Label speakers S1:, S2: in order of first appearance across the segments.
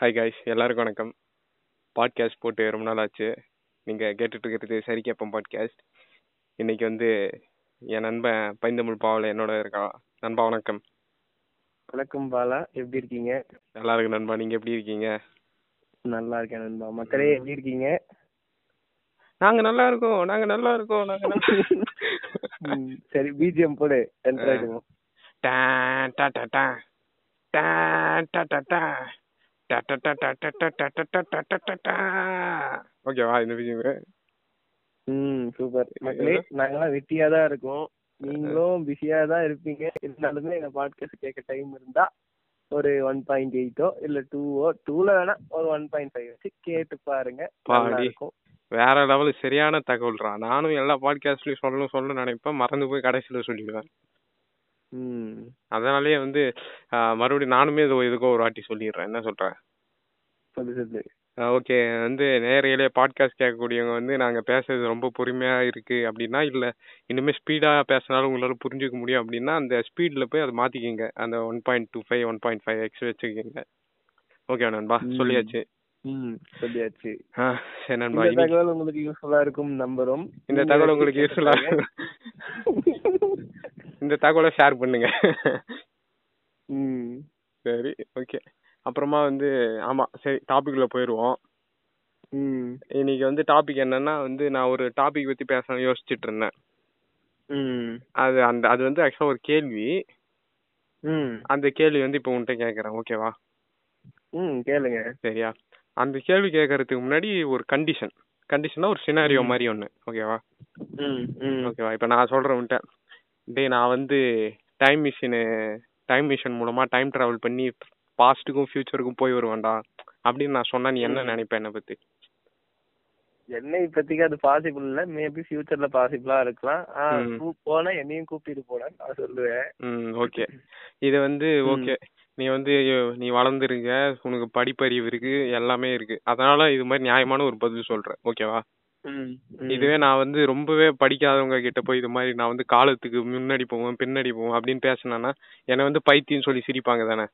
S1: Hi guys எல்லாருக்கும் வணக்கம் podcast போட்டு ரொம்ப நாள் ஆச்சு நீங்கள் கேட்டுட்டு இருக்கிறது சரி கேட்போம் பாட்காஸ்ட் இன்னைக்கு வந்து என் நண்பன் பைந்தமிழ் பாவல என்னோட இருக்கான் நண்பா வணக்கம்
S2: வணக்கம் பாலா எப்படி இருக்கீங்க
S1: நல்லா இருக்கு நண்பா நீங்கள் எப்படி இருக்கீங்க
S2: நல்லா இருக்கேன் நண்பா மக்களே எப்படி இருக்கீங்க
S1: நாங்கள் நல்லா இருக்கோம் நாங்கள் நல்லா இருக்கோம் நாங்கள் நல்லா
S2: ம், சரி பிஜிஎம் போடு enter ஆயிடுவோம்
S1: டான் டா டா டா டான் டா டா டா டா டா டா டா டா டா டா டா டா டா டா டா ஓகேவா இந்த விஷயம்
S2: ம் சூப்பர் மக்களே நாங்கெல்லாம் வெட்டியா தான் இருக்கோம் நீங்களும் பிஸியா தான் இருப்பீங்க இருந்தாலுமே எங்க பாட்காஸ்ட் கேட்க டைம் இருந்தா ஒரு ஒன் பாயிண்ட் எயிட்டோ இல்ல டூவோ டூல வேணா ஒரு ஒன் பாயிண்ட் ஃபைவ் வச்சு கேட்டு பாருங்க நல்லா
S1: பாடி.
S2: இருக்கும்
S1: வேற லெவல் சரியான தகவல்ரா நானும் எல்லா பாட்காஸ்ட்லயும் சொல்லணும் சொல்லணும்னு நினைப்பேன் மறந்து போய் கடைசியில சொல்லிடுவேன்
S2: ம்
S1: அதனாலயே வந்து ஆஹ், மறுபடியும் நானுமே இது இதுக்கோ ஒரு வாட்டி சொல்லிடுறேன் என்ன சொல்றேன்
S2: சொல்லு சொல்லு
S1: ஓகே வந்து நேரையிலே பாட்காஸ்ட் கேட்கக்கூடியவங்க வந்து நாங்க பேசுறது ரொம்ப பொறுமையா இருக்கு அப்படின்னா இல்ல இனிமே ஸ்பீடா பேசினாலும் உங்களால புரிஞ்சுக்க முடியும் அப்படின்னா அந்த ஸ்பீட்ல போய் அதை மாத்திக்கிங்க அந்த one point two five one point five x வச்சுக்கிங்க ஓகே நண்பா
S2: ம்.
S1: சொல்லியாச்சு
S2: ம் சொல்லியாச்சு
S1: ஆ, சரி நண்பா
S2: இந்த
S1: இனி
S2: தகவல் உங்களுக்கு யூஸ்ஃபுல்லா இருக்கும் நம்புறோம்
S1: இந்த தகவல் உங்களுக்கு யூஸ்ஃபுல்லா இந்த தகவலை ஷேர் பண்ணுங்க
S2: ம்
S1: சரி ஓகே அப்புறமா வந்து ஆமா சரி டாபிக்ல போயிடுவோம்
S2: ம்
S1: இன்னைக்கு வந்து டாபிக் என்னன்னா வந்து நான் ஒரு டாபிக் பத்தி பேசணும் யோசிச்சுட்டு இருந்தேன்
S2: ம்
S1: அது அந்த அது வந்து ஆக்சுவலா ஒரு கேள்வி
S2: ம்
S1: அந்த கேள்வி வந்து இப்போ உன்கிட்ட கேக்குறேன் ஓகேவா
S2: ம் கேளுங்க
S1: சரியா அந்த கேள்வி கேட்கறதுக்கு முன்னாடி ஒரு கண்டிஷன் கண்டிஷன்னா ஒரு சினாரியோ மாதிரி ஒண்ணு ஓகேவா
S2: ம் ம்
S1: ஓகேவா இப்போ நான் சொல்றேன் உன்கிட்ட டேய் நான் வந்து டைம் மிஷினு டைம் மிஷின் மூலமா டைம் டிராவல் பண்ணி பாஸ்ட்டுக்கும் ஃபியூச்சருக்கும் போய் வருவேன்டா அப்படின்னு நான் சொன்னா நீ என்ன நினைப்ப என்னை பத்தி
S2: என்னை இப்போதைக்கு அது பாசிபிள் இல்ல மேபி ஃபியூச்சர்ல பாசிபிளா இருக்கலாம் ஆ
S1: ம்.
S2: கூ- போனா என்னையும் கூப்பிட்டு போடான்னு நான் சொல்லுவேன்
S1: ம் ஓகே இது வந்து
S2: ம்.
S1: ஓகே நீ வந்து ஐயோ, நீ வளர்ந்துருக்க உனக்கு படிப்பறிவு இருக்கு எல்லாமே இருக்கு அதனால இது மாதிரி நியாயமான ஒரு பதில் சொல்றேன் ஓகேவா
S2: ம்
S1: இதுவே நான் வந்து ரொம்பவே படிக்காதவங்க கிட்ட போய் இது மாதிரி நான் வந்து காலத்துக்கு முன்னாடி போவேன் பின்னாடி போவேன் அப்படின்னு பேசினேன்னா என்னை வந்து பைத்தியம்னு சொல்லி சிரிப்பாங்க தானே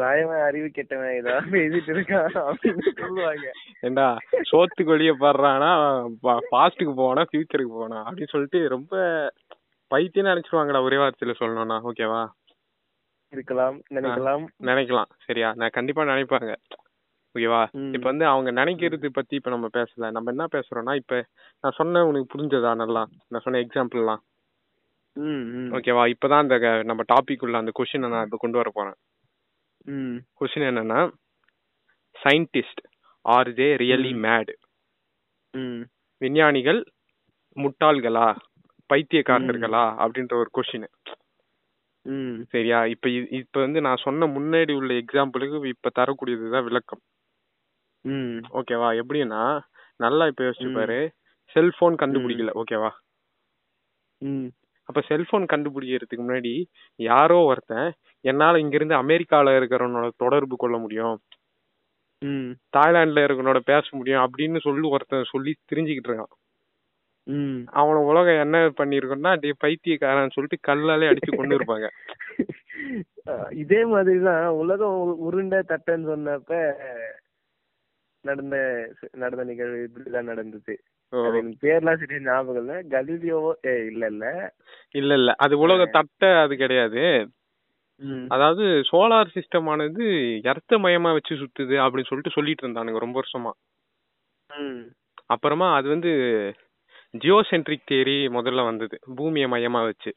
S2: ராயவன் அறிவு கெட்டவன் ஏதாவது பேசிட்டு இருக்கான் அப்படின்னு சொல்லுவாங்க
S1: ஏண்டா சோத்துக்கு வெளியே பாடுறானா பாஸ்ட்டுக்கு போவானா ஃபியூச்சருக்கு போவானா அப்படின்னு சொல்லிட்டு ரொம்ப பைத்தியம் நினைச்சிருவாங்கடா ஒரே வார்த்தையில சொல்லணும்னா ஓகேவா
S2: இருக்கலாம் நினைக்கலாம்
S1: நினைக்கலாம் சரியா நான் கண்டிப்பா நினைப்பாங்க ஓகேவா
S2: ம்.
S1: இப்ப வந்து அவங்க நினைக்கிறது பத்தி இப்ப நம்ம பேசல நம்ம என்ன பேசுறோம்னா இப்ப நான் சொன்ன உனக்கு புரிஞ்சதா நல்லா நான் சொன்ன எக்ஸாம்பிள்லாம்
S2: ம் ம்
S1: ஓகேவா இப்பதான் அந்த க- நம்ம டாபிக் உள்ள அந்த கொஸ்டின் நான் இப்ப கொண்டு வர போறேன்
S2: ம்
S1: கொஸ்டின் என்னன்னா scientist are they really mad
S2: ம்
S1: விஞ்ஞானிகள் முட்டாள்களா பைத்தியக்காரர்களா அப்படின்ற ஒரு கொஸ்டின்
S2: ம்
S1: சரியா இப்ப இ- இப்ப வந்து நான் சொன்ன முன்னாடி உள்ள எக்ஸாம்பிளுக்கு இப்ப தரக்கூடியதுதான் விளக்கம்
S2: ம்
S1: ஓகேவா எப்படின்னா நல்லா இப்ப யோசிச்சு
S2: ம்.
S1: பாரு செல்போன் கண்டுபிடிக்கல ஓகேவா
S2: ம்
S1: அப்ப செல்போன் கண்டுபிடிக்கிறதுக்கு முன்னாடி யாரோ ஒருத்தன் என்னால இங்க இருந்து அமெரிக்கால இருக்கிறவனோட தொடர்பு கொள்ள முடியும்
S2: ம்
S1: தாய்லாந்துல இருக்கிறவனோட பேச முடியும் அப்படின்னு சொல்லி ஒருத்தன் சொல்லி தெரிஞ்சுக்கிட்டு இருக்கான்
S2: ம்
S1: அவன உலகம் என்ன பண்ணிருக்கோம்னா டே பைத்தியக்காரன் சொல்லிட்டு கல்லாலே அடிச்சு கொண்டு இருப்பாங்க
S2: அஹ் இதே மாதிரிதான் உலகம் உரு- உருண்டை தட்டைன்னு சொன்னப்ப நடந்த நடந்த நிகழ்வு இப்படிதான் நடந்தது
S1: ஓ,
S2: அது எனக்கு பேர்லாம் சரியா ஞாபகம் இல்ல கலீலியோவோ ஏ இல்ல இல்ல
S1: இல்ல இல்ல அது உலக தட்டை அது கிடையாது
S2: ம்.
S1: அதாவது சோலார் சிஸ்டம் ஆனது எர்த்த மயமா வச்சு சுத்துது அப்படின்னு சொல்லிட்டு சொல்லிட்டு இருந்தானுங்க ரொம்ப வருஷமா
S2: ம்.
S1: அப்புறமா அது வந்து ஜியோசென்ட்ரிக் தியரி முதல்ல வந்தது பூமியை மையமா வச்சு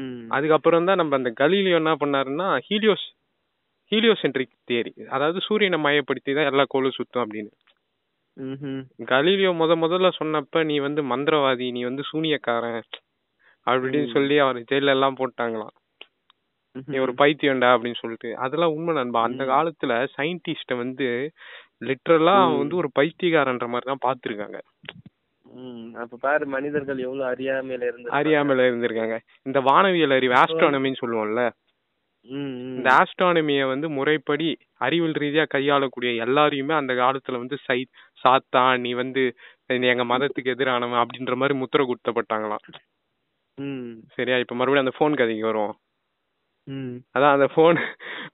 S2: ம்.
S1: அதுக்கப்புறம் தான் நம்ம அந்த கலீலியோ என்ன பண்ணாருன்னா ஹீலியோஸ் ஹீலியோசென்ட்ரிக் தியரி அதாவது சூரியனை மையப்படுத்தி தான் எல்லா கோளும் சுத்தும் அப்படின்னு
S2: ம்ஹும்.
S1: கலீலியோ முத முதல்ல சொன்னப்ப நீ வந்து மந்திரவாதி நீ வந்து சூனியக்காரன் அப்படின்னு
S2: ம்.
S1: சொல்லி அவர் ஜெயில எல்லாம் போட்டாங்களாம் நீ ஒரு பைத்தியம்டா அப்படின்னு சொல்லிட்டு அதெல்லாம் உண்மை நண்பா அந்த
S2: ம்.
S1: காலத்துல சயின்டிஸ்ட வந்து லிட்ரலா
S2: ம்.
S1: வந்து ஒரு பைத்தியக்காரன்ற மாதிரி தான் பாத்துருக்காங்க
S2: ம். அப்ப பாரு மனிதர்கள் எவ்வளவு அறியாமையில இருந்து
S1: அறியாமல இருந்திருக்காங்க இந்த வானவியல் அறிவு ஆஸ்ட்ரானமின்னு சொல்லுவோம்ல இந்த ஆஸ்ட்ரானமியை வந்து முறைப்படி அறிவியல் ரீதியா கையாளக்கூடிய எல்லாரையுமே அந்த காலத்துல வந்து சை சாத்தா நீ வந்து நீ எங்க மதத்துக்கு எதிரானவன் அப்படின்ற மாதிரி முத்திரை குத்தப்பட்டாங்களாம் சரியா இப்ப மறுபடியும் அந்த ஃபோன் கதைக்கு வரும் அதான் அந்த ஃபோன்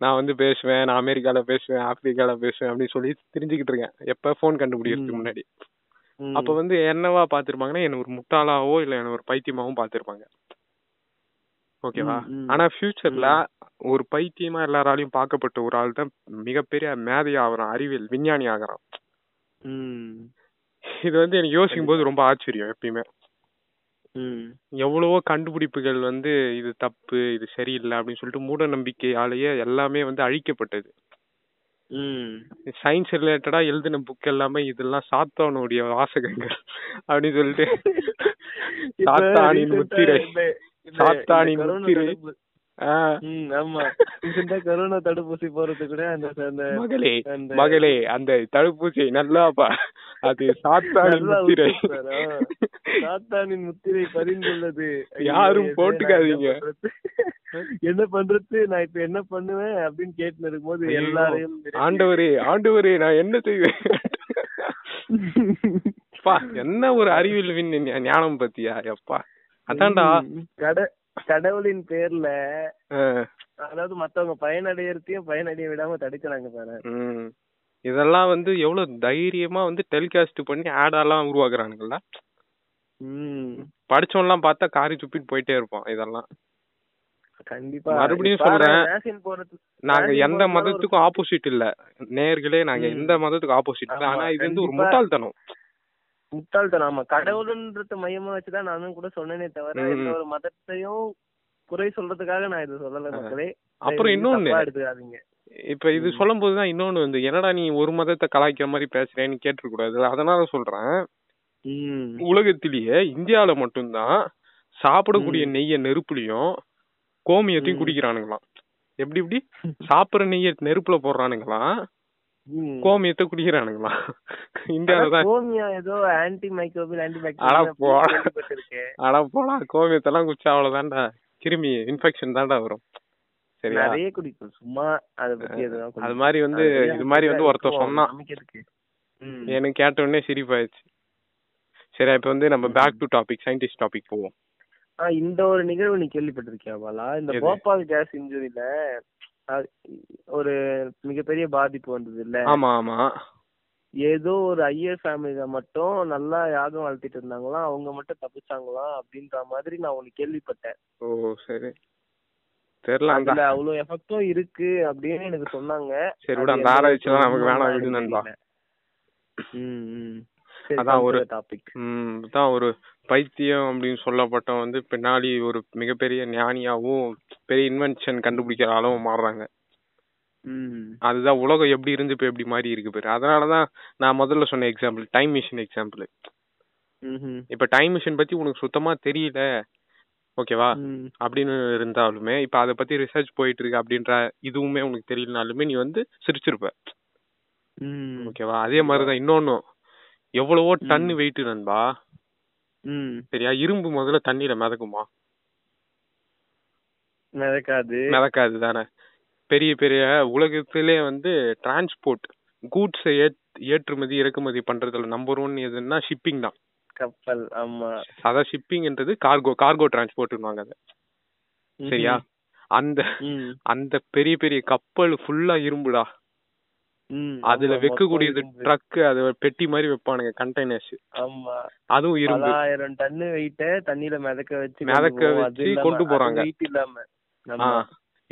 S1: நான் வந்து பேசுவேன் நான் அமெரிக்கால பேசுவேன் ஆப்பிரிக்கால பேசுவேன் அப்படின்னு சொல்லி தெரிஞ்சுக்கிட்டு இருக்கேன் எப்ப போன் கண்டுபிடிக்கிறதுக்கு முன்னாடி அப்ப வந்து என்னவா பாத்திருப்பாங்கன்னா என்ன ஒரு முட்டாளாவோ இல்ல என்ன ஒரு பைத்தியமாவும் பாத்திருப்பாங்க ஓகேவா
S2: ம், ம்.
S1: ஆனா ஃபியூச்சர்ல ஒரு பைத்தியமா எல்லாராலையும் பார்க்கப்பட்ட ஒரு ஆள் தான் மிகப்பெரிய மேதை ஆகுறான் அறிவியல் விஞ்ஞானி ஆகுறான்
S2: ம்
S1: இது வந்து எனக்கு யோசிக்கும் போது ரொம்ப ஆச்சரியம் எப்பயுமே
S2: ம்
S1: எவ்வளவோ கண்டுபிடிப்புகள் வந்து இது தப்பு இது சரியில்லை அப்படின்னு சொல்லிட்டு மூட நம்பிக்கையாலேயே எல்லாமே வந்து அழிக்கப்பட்டது
S2: ம்
S1: சயின்ஸ் ரிலேட்டடா எழுதின புக் எல்லாமே இதெல்லாம் சாத்தானுடைய வாசகங்கள் அப்படின்னு சொல்லிட்டு
S2: இப்ப
S1: சாத்தானின்
S2: recent ஆ
S1: முத்திரை
S2: இந்த- இந்த-
S1: சாத்தானின்
S2: இந்த corona
S1: முத்திரை
S2: தடுப்பு-
S1: ஆ,
S2: ம், ஆமா recent ஆ corona தடுப்பூசி போறது கூட அந்த அந்த
S1: மகளே
S2: அந்த
S1: மகளே அந்த தடுப்பூசியை நல்லா பா அது சாத்தானின்
S2: நல்லா
S1: முத்திரை
S2: உப்பு சார், ஆ. சாத்தானின் முத்திரை பரிந்துள்ளது ஐயோ,
S1: யாரும்
S2: என்ன
S1: போட்டுக்காதீங்க.
S2: என்ன பண்றது? என்ன பண்றது நான் இப்ப என்ன பண்ணுவேன் அப்படின்னு கேட்டு இருக்கும்போது
S1: ஐயோ,
S2: எல்லாரையும்
S1: ஆண்டவரே ஆண்டவரே நான் என்ன செய்வேன் அப்பா என்ன ஒரு அறிவியல் வின் ஞா- ஞானம் பத்தியா எப்பா அதான்டா
S2: ம், கட- கடவுளின் பேர்ல
S1: ஆ,
S2: அதாவது மத்தவங்க பயனடையறதையும் பயனடைய விடாம தடுக்கிறாங்க பாரு
S1: ம். இதெல்லாம் வந்து எவ்வளவு தைரியமா வந்து டெலிகாஸ்ட் பண்ணி ad எல்லாம் உருவாக்குறானுங்கல்ல
S2: ம்
S1: படிச்சவன்லாம் பார்த்தா காரி துப்பிட்டு போயிட்டே இருப்பான் இதெல்லாம்
S2: கண்டிப்பா
S1: மறுபடியும்
S2: இப்ப
S1: சொல்றேன்.
S2: vaccine போறது-
S1: நாங்க
S2: vaccine
S1: எந்த
S2: போறதுனால ஒரு-
S1: மதத்துக்கும் ஆப்போசிட் இல்ல நேர்களே நாங்க
S2: ம்.
S1: எந்த மதத்துக்கும் ஆப்போசிட் இல்ல
S2: ஆமா,
S1: ஆனா இது வந்து ஒரு
S2: கண்டிப்பா.
S1: முட்டாள்தனம்
S2: முட்டாள்தனம் ஆமா கடவுளுன்றத மையமா வச்சுதான் நானும் கூட சொன்னேனே தவிர
S1: ம்.
S2: எந்த ஒரு மதத்தையும் குறை சொல்றதுக்காக நான் இதை சொல்லல
S1: ஆ.
S2: மக்களே
S1: அப்புறம்
S2: தயவு செஞ்சு
S1: இன்னொன்னு.
S2: தப்பா எடுத்துக்காதீங்க
S1: இப்ப இது சொல்லும் போதுதான் இன்னொன்னு வந்து என்னடா நீ ஒரு மதத்தை கலாய்க்கிற மாதிரி பேசுறேன்னு கேட்டுக்கூடாது அதனால சொல்றேன்
S2: ம்
S1: உலகத்திலேயே இந்தியால மட்டும்தான் சாப்பிடக்கூடிய
S2: ம்.
S1: நெய்ய நெருப்புலயும் கோமியத்தையும்
S2: ம்.
S1: குடிக்கிறானுங்களாம் எப்படி எப்படி சாப்பிடுற நெய்ய நெருப்புல போடுறானுங்களாம்
S2: ம்.
S1: கோமியத்தை குடிக்கிறானுங்களாம்
S2: ஆனா
S1: இந்தியால தான்
S2: கோமியா ஏதோ ஆன்டி மைக்ரோபியல் ஆன்டி
S1: அட போடா.
S2: பாக்டீரியல்
S1: ஆனா போனா கோமியத்தெல்லாம் குடிச்சா அவ்வளவுதான்டா கிருமி இன்ஃபெக்ஷன் தான்டா வரும் சரியா
S2: நிறைய குடிக்கும் சும்மா அத பத்தி எதுவும்
S1: அது மாதிரி வந்து இது மாதிரி வந்து ஒருத்தர் சொன்னான் எனக்கு கேட்ட உடனே சிரிப்பாயிடுச்சு சரி இப்ப வந்து நம்ம back to topic scientist topic போவோம்
S2: இந்த ஒரு நிகழ்வு நீ கேள்விப்பட்டிருக்கியா பாலா இந்த
S1: எது?
S2: போபால் கேஸ் இன்ஜுரியில ஒரு மிகப்பெரிய பாதிப்பு வந்தது இல்ல
S1: ஆமா ஆமா
S2: ஏதோ ஒரு ஐயர் ஃபேமிலில மட்டும் நல்லா யாகம் வளர்த்திட்டு இருந்தாங்களாம் அவங்க மட்டும் தப்பிச்சாங்களாம் அப்படின்ற மாதிரி நான் ஒண்ணு கேள்விப்பட்டேன்
S1: ஓ சரி தெரியல அந்த
S2: அதுல அவ்வளவு எஃபெக்டும் இருக்கு அப்படின்னு எனக்கு சொன்னாங்க
S1: சரி விட
S2: அது
S1: அந்த
S2: எந்த
S1: ஆராய்ச்சிலாம்
S2: அளவுக்கு
S1: நமக்கு வேணாம்
S2: உண்மைன்னு
S1: விடு
S2: எனக்கு
S1: நண்பா
S2: தெரியல. ம், ம். சரி,
S1: அதான்
S2: அடுத்த
S1: ஒரு-
S2: டாபிக்
S1: ம் தான் ஒரு பைத்தியம் அப்படின்னு சொல்லப்பட்ட வந்து பின்னாடி ஒரு மிகப்பெரிய ஞானியாவும் பெரிய இன்வென்ஷன் கண்டுபிடிக்கிற அளவும் மாறுறாங்க
S2: ம்
S1: அதுதான் உலகம் எப்படி இருந்து இப்போ எப்படி மாறி இருக்கு பேரு அதனாலதான் நான் முதல்ல சொன்ன எக்ஸாம்பிள் டைம் மிஷின் எக்ஸாம்பிள்
S2: ம்ஹும்.
S1: இப்ப டைம் மிஷின் பத்தி உனக்கு சுத்தமா தெரியல ஓகேவா
S2: ம்.
S1: அப்படின்னு இருந்தாலுமே இப்ப அதை பத்தி ரிசர்ச் போயிட்டு இருக்கு அப்படின்ற இதுவுமே உனக்கு தெரியலனாலுமே நீ வந்து சிரிச்சிருப்ப
S2: ம்.
S1: ஓகேவா அதே மாதிரிதான் இன்னொன்னு எவ்வளவோ டன் வெயிட் நண்பா
S2: ம்.
S1: சரியா இரும்பு முதல்ல தண்ணியில மிதக்குமா
S2: நடக்காது
S1: மிதக்காது தானே பெரிய பெரிய உலகத்திலே வந்து டிரான்ஸ்போர்ட் கூட்ஸ் ஏற்றுமதி இறக்குமதி பண்றதுல நம்பர் ஒன் எதுன்னா ஷிப்பிங் தான்
S2: கப்பல் ஆமா
S1: அதான் ஷிப்பிங்ன்றது கார்கோ கார்கோ டிரான்ஸ்போர்ட்னுவாங்க அது
S2: ம்ஹும்.
S1: சரியா அந்த
S2: ம்.
S1: அந்த பெரிய பெரிய கப்பல் ஃபுல்லா இரும்புடா
S2: ம்.
S1: அதுல
S2: ஆமா,
S1: வைக்கக்கூடியது
S2: மொத்தம் இரும்பு.
S1: ட்ரக் அது பெட்டி மாதிரி வைப்பானுங்க கண்டெய்னர்ஸ்
S2: ஆமா
S1: அதுவும் இரும்பு
S2: பலாயிரம் டன்னு வெயிட்ட தண்ணியில மிதக்க வச்சு கொண்டு
S1: மிதக்க
S2: போவோம்.
S1: வச்சு
S2: அது இல்லாம-
S1: கொண்டு
S2: அது
S1: போறாங்க.
S2: weight இல்லாம
S1: ஆ
S2: ஆமா.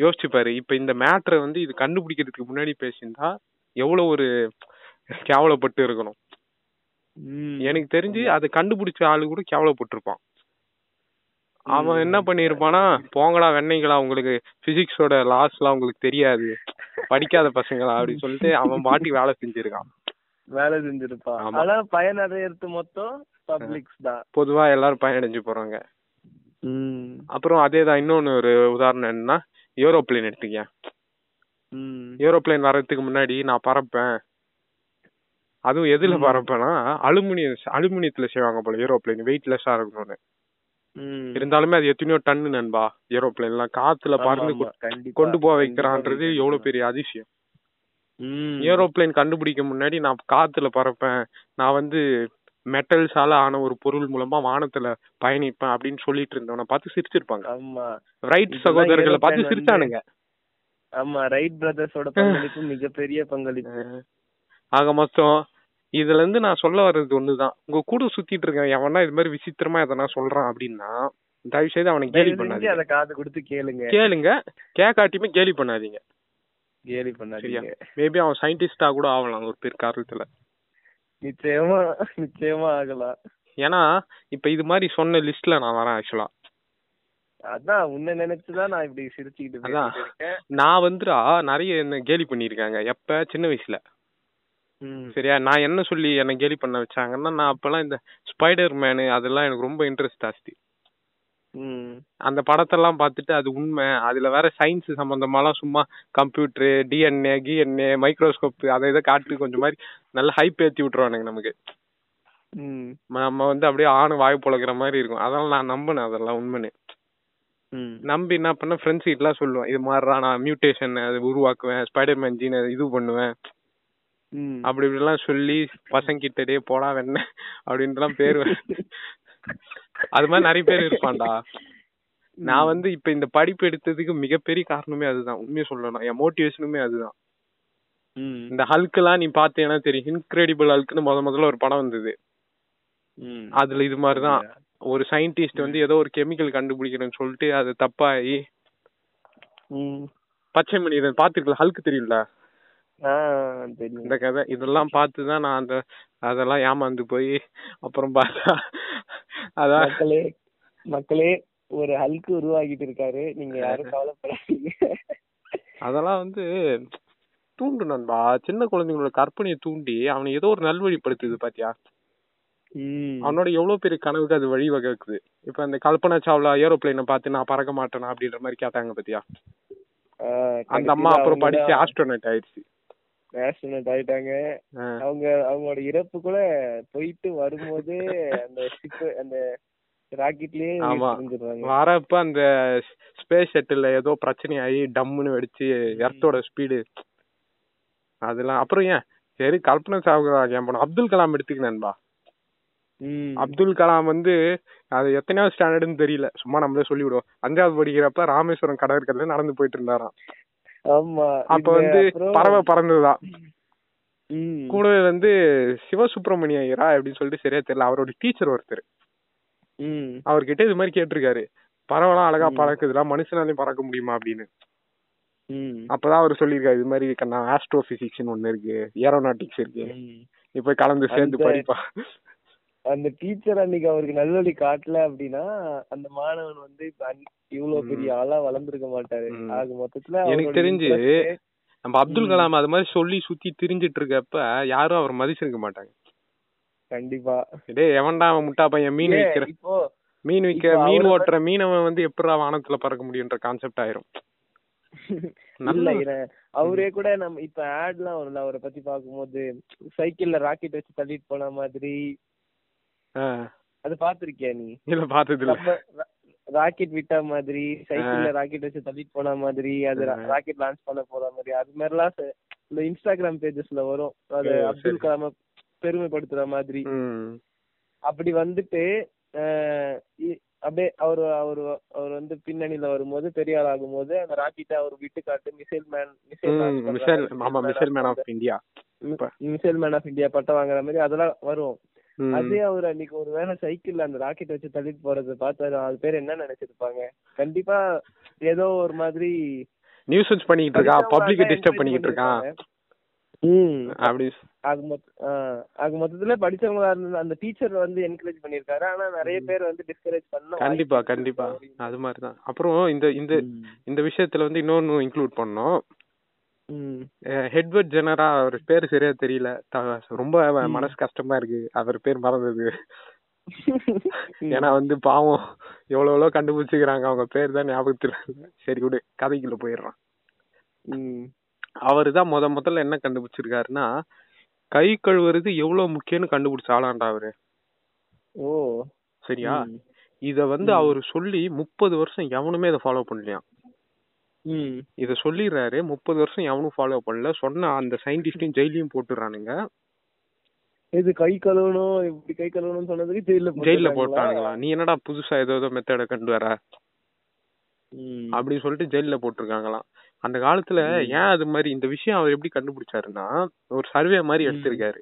S1: யோசிச்சு பாரு இப்ப இந்த மேட்டரை வந்து இது கண்டுபிடிக்கிறதுக்கு முன்னாடி பேசியிருந்தா எவ்வளவு ஒரு கேவலப்பட்டு இருக்கணும்
S2: ம்.
S1: எனக்கு தெரிஞ்சு
S2: ஆமா.
S1: அதை கண்டுபிடிச்ச ஆளு கூட கேவலப்பட்டிருப்பான் அவன்
S2: ம்.
S1: என்ன பண்ணியிருப்பானா போங்கடா வெண்ணைங்களா உங்களுக்கு பிசிக்ஸோட லாஸ்லாம் உங்களுக்கு தெரியாது படிக்காத பசங்களா அப்படின்னு சொல்லிட்டு அவன் பாட்டி வேலை செஞ்சிருக்கான்
S2: வேலை செஞ்சிருப்பான்
S1: ஆமா.
S2: ஆனா பயன் அடையறது மொத்தம் பப்ளிக்ஸ் தான்
S1: பொதுவா எல்லாரும் பயனடைஞ்சு போறாங்க
S2: ம்.
S1: அப்புறம் அதேதான் இன்னொன்னு ஒரு உதாரணம் என்னன்னா ஏரோப்ளேன் எடுத்துக்க
S2: ம்.
S1: ஏரோப்ளேன் வர்றதுக்கு முன்னாடி நான் பறப்பேன் அதுவும் எதுல
S2: ம்.
S1: பறப்பேன்னா அலுமினியம் அலுமினியத்துல செய்வாங்க போல ஏரோப்ளேன் வெயிட்லெஸ்ஸா இருக்கணும்னு
S2: ம்.
S1: இருந்தாலுமே அது எத்தனையோ டன்னு நண்பா ஏரோப்ளேன் எல்லாம் காத்துல
S2: ஆமா,
S1: பறந்து
S2: ஆமா,
S1: கொ-
S2: கண்டிப்பா,
S1: கொண்டு போக
S2: கண்டிப்பா
S1: வைக்கிறான்றது
S2: வைக்கிறான்.
S1: எவ்வளவு பெரிய அதிசயம்
S2: ம்.
S1: ஏரோப்ளேன் கண்டுபிடிக்க முன்னாடி நான் காத்துல பறப்பேன் நான் வந்து மெட்டல்ஸால ஆன ஒரு பொருள் மூலமா வானத்துல பயணிப்பேன் அப்படின்னு சொல்லிட்டு இருந்தவனை பார்த்து சிரிச்சிருப்பாங்க
S2: ஆமா
S1: ரைட்
S2: இதுதான்
S1: சகோதரர்களை பார்த்து
S2: aeroplane வந்து-
S1: சிரிச்சானுங்க
S2: ஆமா ரைட் பிரதர்ஸோட பங்களிப்பு மிகப்பெரிய பங்களிப்பு
S1: ஆக மொத்தம் இதுல இருந்து நான் சொல்ல வர்றது ஒண்ணுதான் உங்க கூட சுத்திட்டு இருக்கேன் எவனா இது மாதிரி விசித்திரமா எதனா சொல்றான் அப்படின்னா தயவு செய்து அவனை கேலி
S2: தயவு செஞ்சு
S1: பண்ணாதீங்க
S2: அத காது கொடுத்து கேளுங்க
S1: கேளுங்க கேக்காட்டியுமே கேலி பண்ணாதீங்க
S2: கேலி
S1: சரியா
S2: பண்ணாதீங்க
S1: மேபி அவன் சயின்டிஸ்டா கூட ஆகலாம் ஒரு பேர் காரணத்துல
S2: நிச்சயமா நிச்சயமா ஆகலாம்
S1: ஏன்னா இப்ப இது மாதிரி சொன்ன லிஸ்ட்ல நான் வரேன் ஆக்சுவலா
S2: அதான் உன்னை நினைச்சுதான் நான் இப்படி சிரிச்சுக்கிட்டு
S1: அதான்.
S2: பேசிட்டு இருக்கேன்
S1: நான் வந்துடா நிறைய என்ன கேலி பண்ணிருக்காங்க எப்ப சின்ன வயசுல
S2: ம்.
S1: சரியா நான் என்ன சொல்லி என்னை கேலி பண்ண வச்சாங்கன்னா நான் அப்பெல்லாம் இந்த ஸ்பைடர் மேனு அதெல்லாம் எனக்கு ரொம்ப இன்ட்ரெஸ்ட் ஜாஸ்தி
S2: ம்.
S1: அந்த படத்தெல்லாம் பார்த்துட்டு அது உண்மை அதுல வேற சயின்ஸ் சம்பந்தமாலாம் சும்மா கம்ப்யூட்டரு டிஎன்ஏ கிஎன்ஏ மைக்ரோஸ்கோப் அதை இதை காட்டு கொஞ்சம் மாதிரி நல்ல ஹைப் ஏத்தி விட்டுருவானுங்க நமக்கு
S2: ம்.
S1: நம்ம வந்து அப்படியே ஆணு வாய் பொழக்கிற மாதிரி இருக்கும் அதெல்லாம் நான் நம்பினேன் அதெல்லாம் உண்மைன்னு
S2: ம்.
S1: நம்பி என்ன பண்ண ஃப்ரெண்ட்ஸ் கிட்டலாம் சொல்லுவேன் இது மாதிரிலாம் நான் மியூட்டேஷன் அது உருவாக்குவேன் ஸ்பைடர்மேன் ஜீன் இது பண்ணுவேன்
S2: ம்.
S1: அப்படி இப்படிலாம் சொல்லி பசங்க கிட்டடே போடா வெண்ண அப்படின்ட்டுலாம் பேர் வ- அது மாதிரி நிறைய பேர் இருப்பான்டா நான் வந்து இப்ப இந்த படிப்பு எடுத்ததுக்கு மிகப்பெரிய காரணமே அதுதான் உண்மையை சொல்லணும் என் மோட்டிவேஷனுமே அதுதான்
S2: ம்.
S1: இந்த ஹல்க்லாம் நீ பார்த்தேன்னா தெரியும் இன்க்ரெடிபிள் ஹல்க்னு முத முதல்ல ஒரு படம் வந்தது
S2: ம்.
S1: அதுல இது மாதிரிதான் ஒரு சயின்டிஸ்ட் வந்து ஏதோ ஒரு கெமிக்கல் கண்டுபிடிக்கிறேன்னு சொல்லிட்டு அது தப்பாயி
S2: ம்.
S1: பச்சை மனிதன் பார்த்துருக்கல ஹல்க் தெரியும்ல
S2: ஆ, தெரியும்
S1: இந்த கதை இதெல்லாம் பார்த்து தான் நான் அந்த அதெல்லாம் ஏமாந்து போய் அப்புறம் பார்த்தா அதான்
S2: மக்களே மக்களே ஒரு ஹல்க் உருவாகிட்டு இருக்காரு நீங்க யாரும் கவலைப்படாதீங்க
S1: அதெல்லாம் வந்து தூண்டு நண்பா சின்ன குழந்தைங்களோட கற்பனையை தூண்டி அவனை ஏதோ ஒரு நல்வழிப்படுத்துது பாத்தியா
S2: ம்.
S1: அவனோட எவ்வளவு பெரிய கனவுக்கு அது வழிவகுக்குது இப்ப அந்த கல்பனா சாவ்லா ஏரோப்ளேனை பார்த்து நான் பறக்க மாட்டேனா அப்படின்ற மாதிரி கேட்டாங்க பாத்தியா
S2: ஆ,
S1: அந்த அம்மா அப்புறம்
S2: கடைசியில அவங்க
S1: படிச்சு
S2: தான்
S1: ஆஸ்ட்ரோனட் ஆயிடுச்சு
S2: astronaut ஆயிட்டாங்க
S1: ஆ.
S2: அவங்க அவங்களோட இறப்பு கூட போயிட்டு வரும்போது அந்த ship அந்த ராக்கெட்லயே
S1: ஆமா.
S2: தெரிஞ்சிருவாங்க
S1: வரப்ப அந்த ஸ்பேஸ் ஷட்டில் ஏதோ பிரச்சனை ஆகி டம்முன்னு வெடிச்சு எர்த்தோட ஸ்பீடு அதெல்லாம் அப்புறம் ஏன் சரி கல்பனா சாவ்லா ஏன் போனோம் அப்துல் கலாம் எடுத்துக்க நண்பா அப்துல் கலாம் வந்து அது எத்தனையாவது ஸ்டாண்டர்டுன்னு தெரியல சும்மா நம்மளே சொல்லிவிடுவோம் அஞ்சாவது படிக்கிறப்ப ராமேஸ்வரம் கடற்கரையில நடந்து போயிட்டு இருந்தாராம்
S2: ஆமா
S1: அப்ப
S2: இது
S1: வந்து
S2: அப்புறம்
S1: பறவை பறந்துதான்
S2: ம்.
S1: கூடவே வந்து சிவசுப்பிரமணிய ஐயரா அப்படின்னு சொல்லிட்டு சரியா தெரியல அவரோட டீச்சர் ஒருத்தர்
S2: ம்.
S1: அவர்கிட்ட இது மாதிரி கேட்டிருக்காரு பறவைலாம் அழகா
S2: ம்.
S1: பறக்குதுல மனுஷனாலையும் பறக்க முடியுமா அப்படின்னு
S2: ம்.
S1: அப்பதான் அவர் சொல்லியிருக்காரு இது மாதிரி கண்ணா ஆஸ்ட்ரோ பிசிக்ஸ்னு ஒண்ணு இருக்கு ஏரோநாட்டிக்ஸ் இருக்கு
S2: ம்.
S1: நீ போய் கலந்து சேர்ந்து
S2: அந்த-
S1: படிப்பா
S2: அந்த டீச்சர் அன்னைக்கு அவருக்கு நல்வழி காட்டல அப்படின்னா அந்த மாணவன் வந்து இப்ப அன்- இவ்வளவு பெரிய ஆளா வளர்ந்திருக்க மாட்டாரு
S1: ம்.
S2: ஆக மொத்தத்துல
S1: எனக்கு
S2: அவரோட
S1: தெரிஞ்சு
S2: interest-
S1: நம்ம அப்துல் கலாம் அது மாதிரி சொல்லி சுத்தி திரிஞ்சிட்டு இருக்கப்ப யாரும் அவர் மதிச்சிருக்க மாட்டாங்க
S2: கண்டிப்பா
S1: டேய் எவன்டா அவன் முட்டா பையன் மீன்
S2: ஏன்
S1: விக்கிற
S2: இப்போ
S1: மீன் விக்க
S2: இப்ப
S1: மீன்
S2: அவரை
S1: ஓட்டுற மீனவன் வந்து எப்படா வானத்துல பறக்க முடியுன்ற கான்செப்ட் ஆயிரும்
S2: இல்ல
S1: நல்ல-
S2: இர- அவரே கூட நம்ம இப்ப ஆட் எல்லாம் வரும்ல அவரை பத்தி பாக்கும்போது சைக்கிள்ல ராக்கெட் வச்சு தள்ளிட்டு போன மாதிரி
S1: ஆஹ்,
S2: அது பாத்திருக்கியா நீ
S1: இல்ல பார்த்தது இல்ல
S2: நம்ம ரா- ராக்கெட் விட்ட மாதிரி சைக்கிள்ல ராக்கெட் வச்சு தள்ளிட்டு போன மாதிரி அது ரா-
S1: ஆ.
S2: ராக்கெட் லான்ச் பண்ண போற மாதிரி அது மாதிரிலாம் ச- இந்த இன்ஸ்டாகிராம் பேஜஸ்ல வரும் அது
S1: ஓ, சரி.
S2: அப்துல் கலாம பெருமைப்படுத்துற மாதிரி
S1: ம்,
S2: அப்படி வந்துட்டு அஹ், இ- அப்படியே அவர் அவர் அவர் வந்து பின்னணியில வரும்போது பெரிய ஆள் ஆகும்போது அந்த ராக்கெட்டை அவர் விட்டு காட்டு மிசைல் மேன்
S1: ம், மிசைல் ஆமா மிசைல் மேன் ஆஃப் இந்தியா இப்ப.
S2: மிசைல் மேன் ஆஃப் இந்தியா பட்டம் வாங்குற மாதிரி அதெல்லாம் வரும்
S1: ம்.
S2: அதே அவர் அன்னைக்கு ஒரு வேளை சைக்கிள்ல அந்த ராக்கெட் வச்சு தள்ளிட்டு போறதை பார்த்தாரு அது பேர் என்ன நினைச்சிருப்பாங்க கண்டிப்பா ஏதோ ஒரு மாதிரி
S1: நியூஸ் பண்ணிக்கிட்டு இருக்கா
S2: படிச்சவங்க
S1: பப்ளிக்க
S2: தான்
S1: டிஸ்டர்ப்
S2: encourage
S1: பண்ணிக்கிட்டு இருக்கான்
S2: பண்ணிருப்பாங்க. ம்
S1: அப்படி
S2: ஆக மொத்த ஆ, ஆக மொத்தத்துல படிச்சவங்களா இருந்த அந்த டீச்சர் வந்து என்கரேஜ் பண்ணிருக்காரு ஆனா நிறைய பேர் வந்து டிஸ்கரேஜ் பண்ண
S1: கண்டிப்பா கண்டிப்பா அது மாதிரிதான் அப்புறம் இந்த இந்த இந்த விஷயத்துல வந்து இன்னொன்னு இன்க்ளூட் பண்ணோம்
S2: ம்
S1: ஹெட்வர்ட் ஜெனரா அவர் பேர் சரியா தெரியல த- ரொம்ப அவ-
S2: ம்.
S1: மனசு கஷ்டமா இருக்கு அவர் பேர் மறந்தது ஏன்னா வந்து பாவம் எவ்வளவு எவ்வளவு கண்டுபிடிச்சுக்கிறாங்க அவங்க பேர் தான் ஞாபகத்துல இல்ல. சரி விடு கதைக்குள்ள போயிடுறான்
S2: ம்
S1: அவரு தான் முத முதல்ல என்ன கண்டுபிடிச்சிருக்காருன்னா கை கழுவுறது எவ்வளவு முக்கியம்னு கண்டுபிடிச்ச ஆளாண்டா அவரு
S2: ஓ
S1: சரியா
S2: ம்.
S1: இத வந்து
S2: ம்.
S1: அவரு சொல்லி முப்பது வருஷம் எவனுமே இதை ஃபாலோ பண்ணலையாம்
S2: ம்
S1: இத சொல்லிடுறாரு முப்பது வருஷம் எவனும் ஃபாலோ பண்ணல சொன்ன அந்த சயின்டிஸ்டையும் ஜெயிலையும் போட்டுறானுங்க
S2: இது கை கழுவணும் இப்படி கை கழுவணும்னு சொன்னதுக்கு ஜெயில
S1: ஜெயில போட்டானுங்களா நீ என்னடா புதுசா ஏதோ ஏதோ மெத்தட கண்டு வர
S2: ம்
S1: அப்படின்னு சொல்லிட்டு ஜெயில போட்டிருக்காங்களாம் அந்த காலத்துல ஏன் அது மாதிரி இந்த விஷயம் அவர் எப்படி கண்டுபிடிச்சாருன்னா ஒரு சர்வே மாதிரி எடுத்திருக்காரு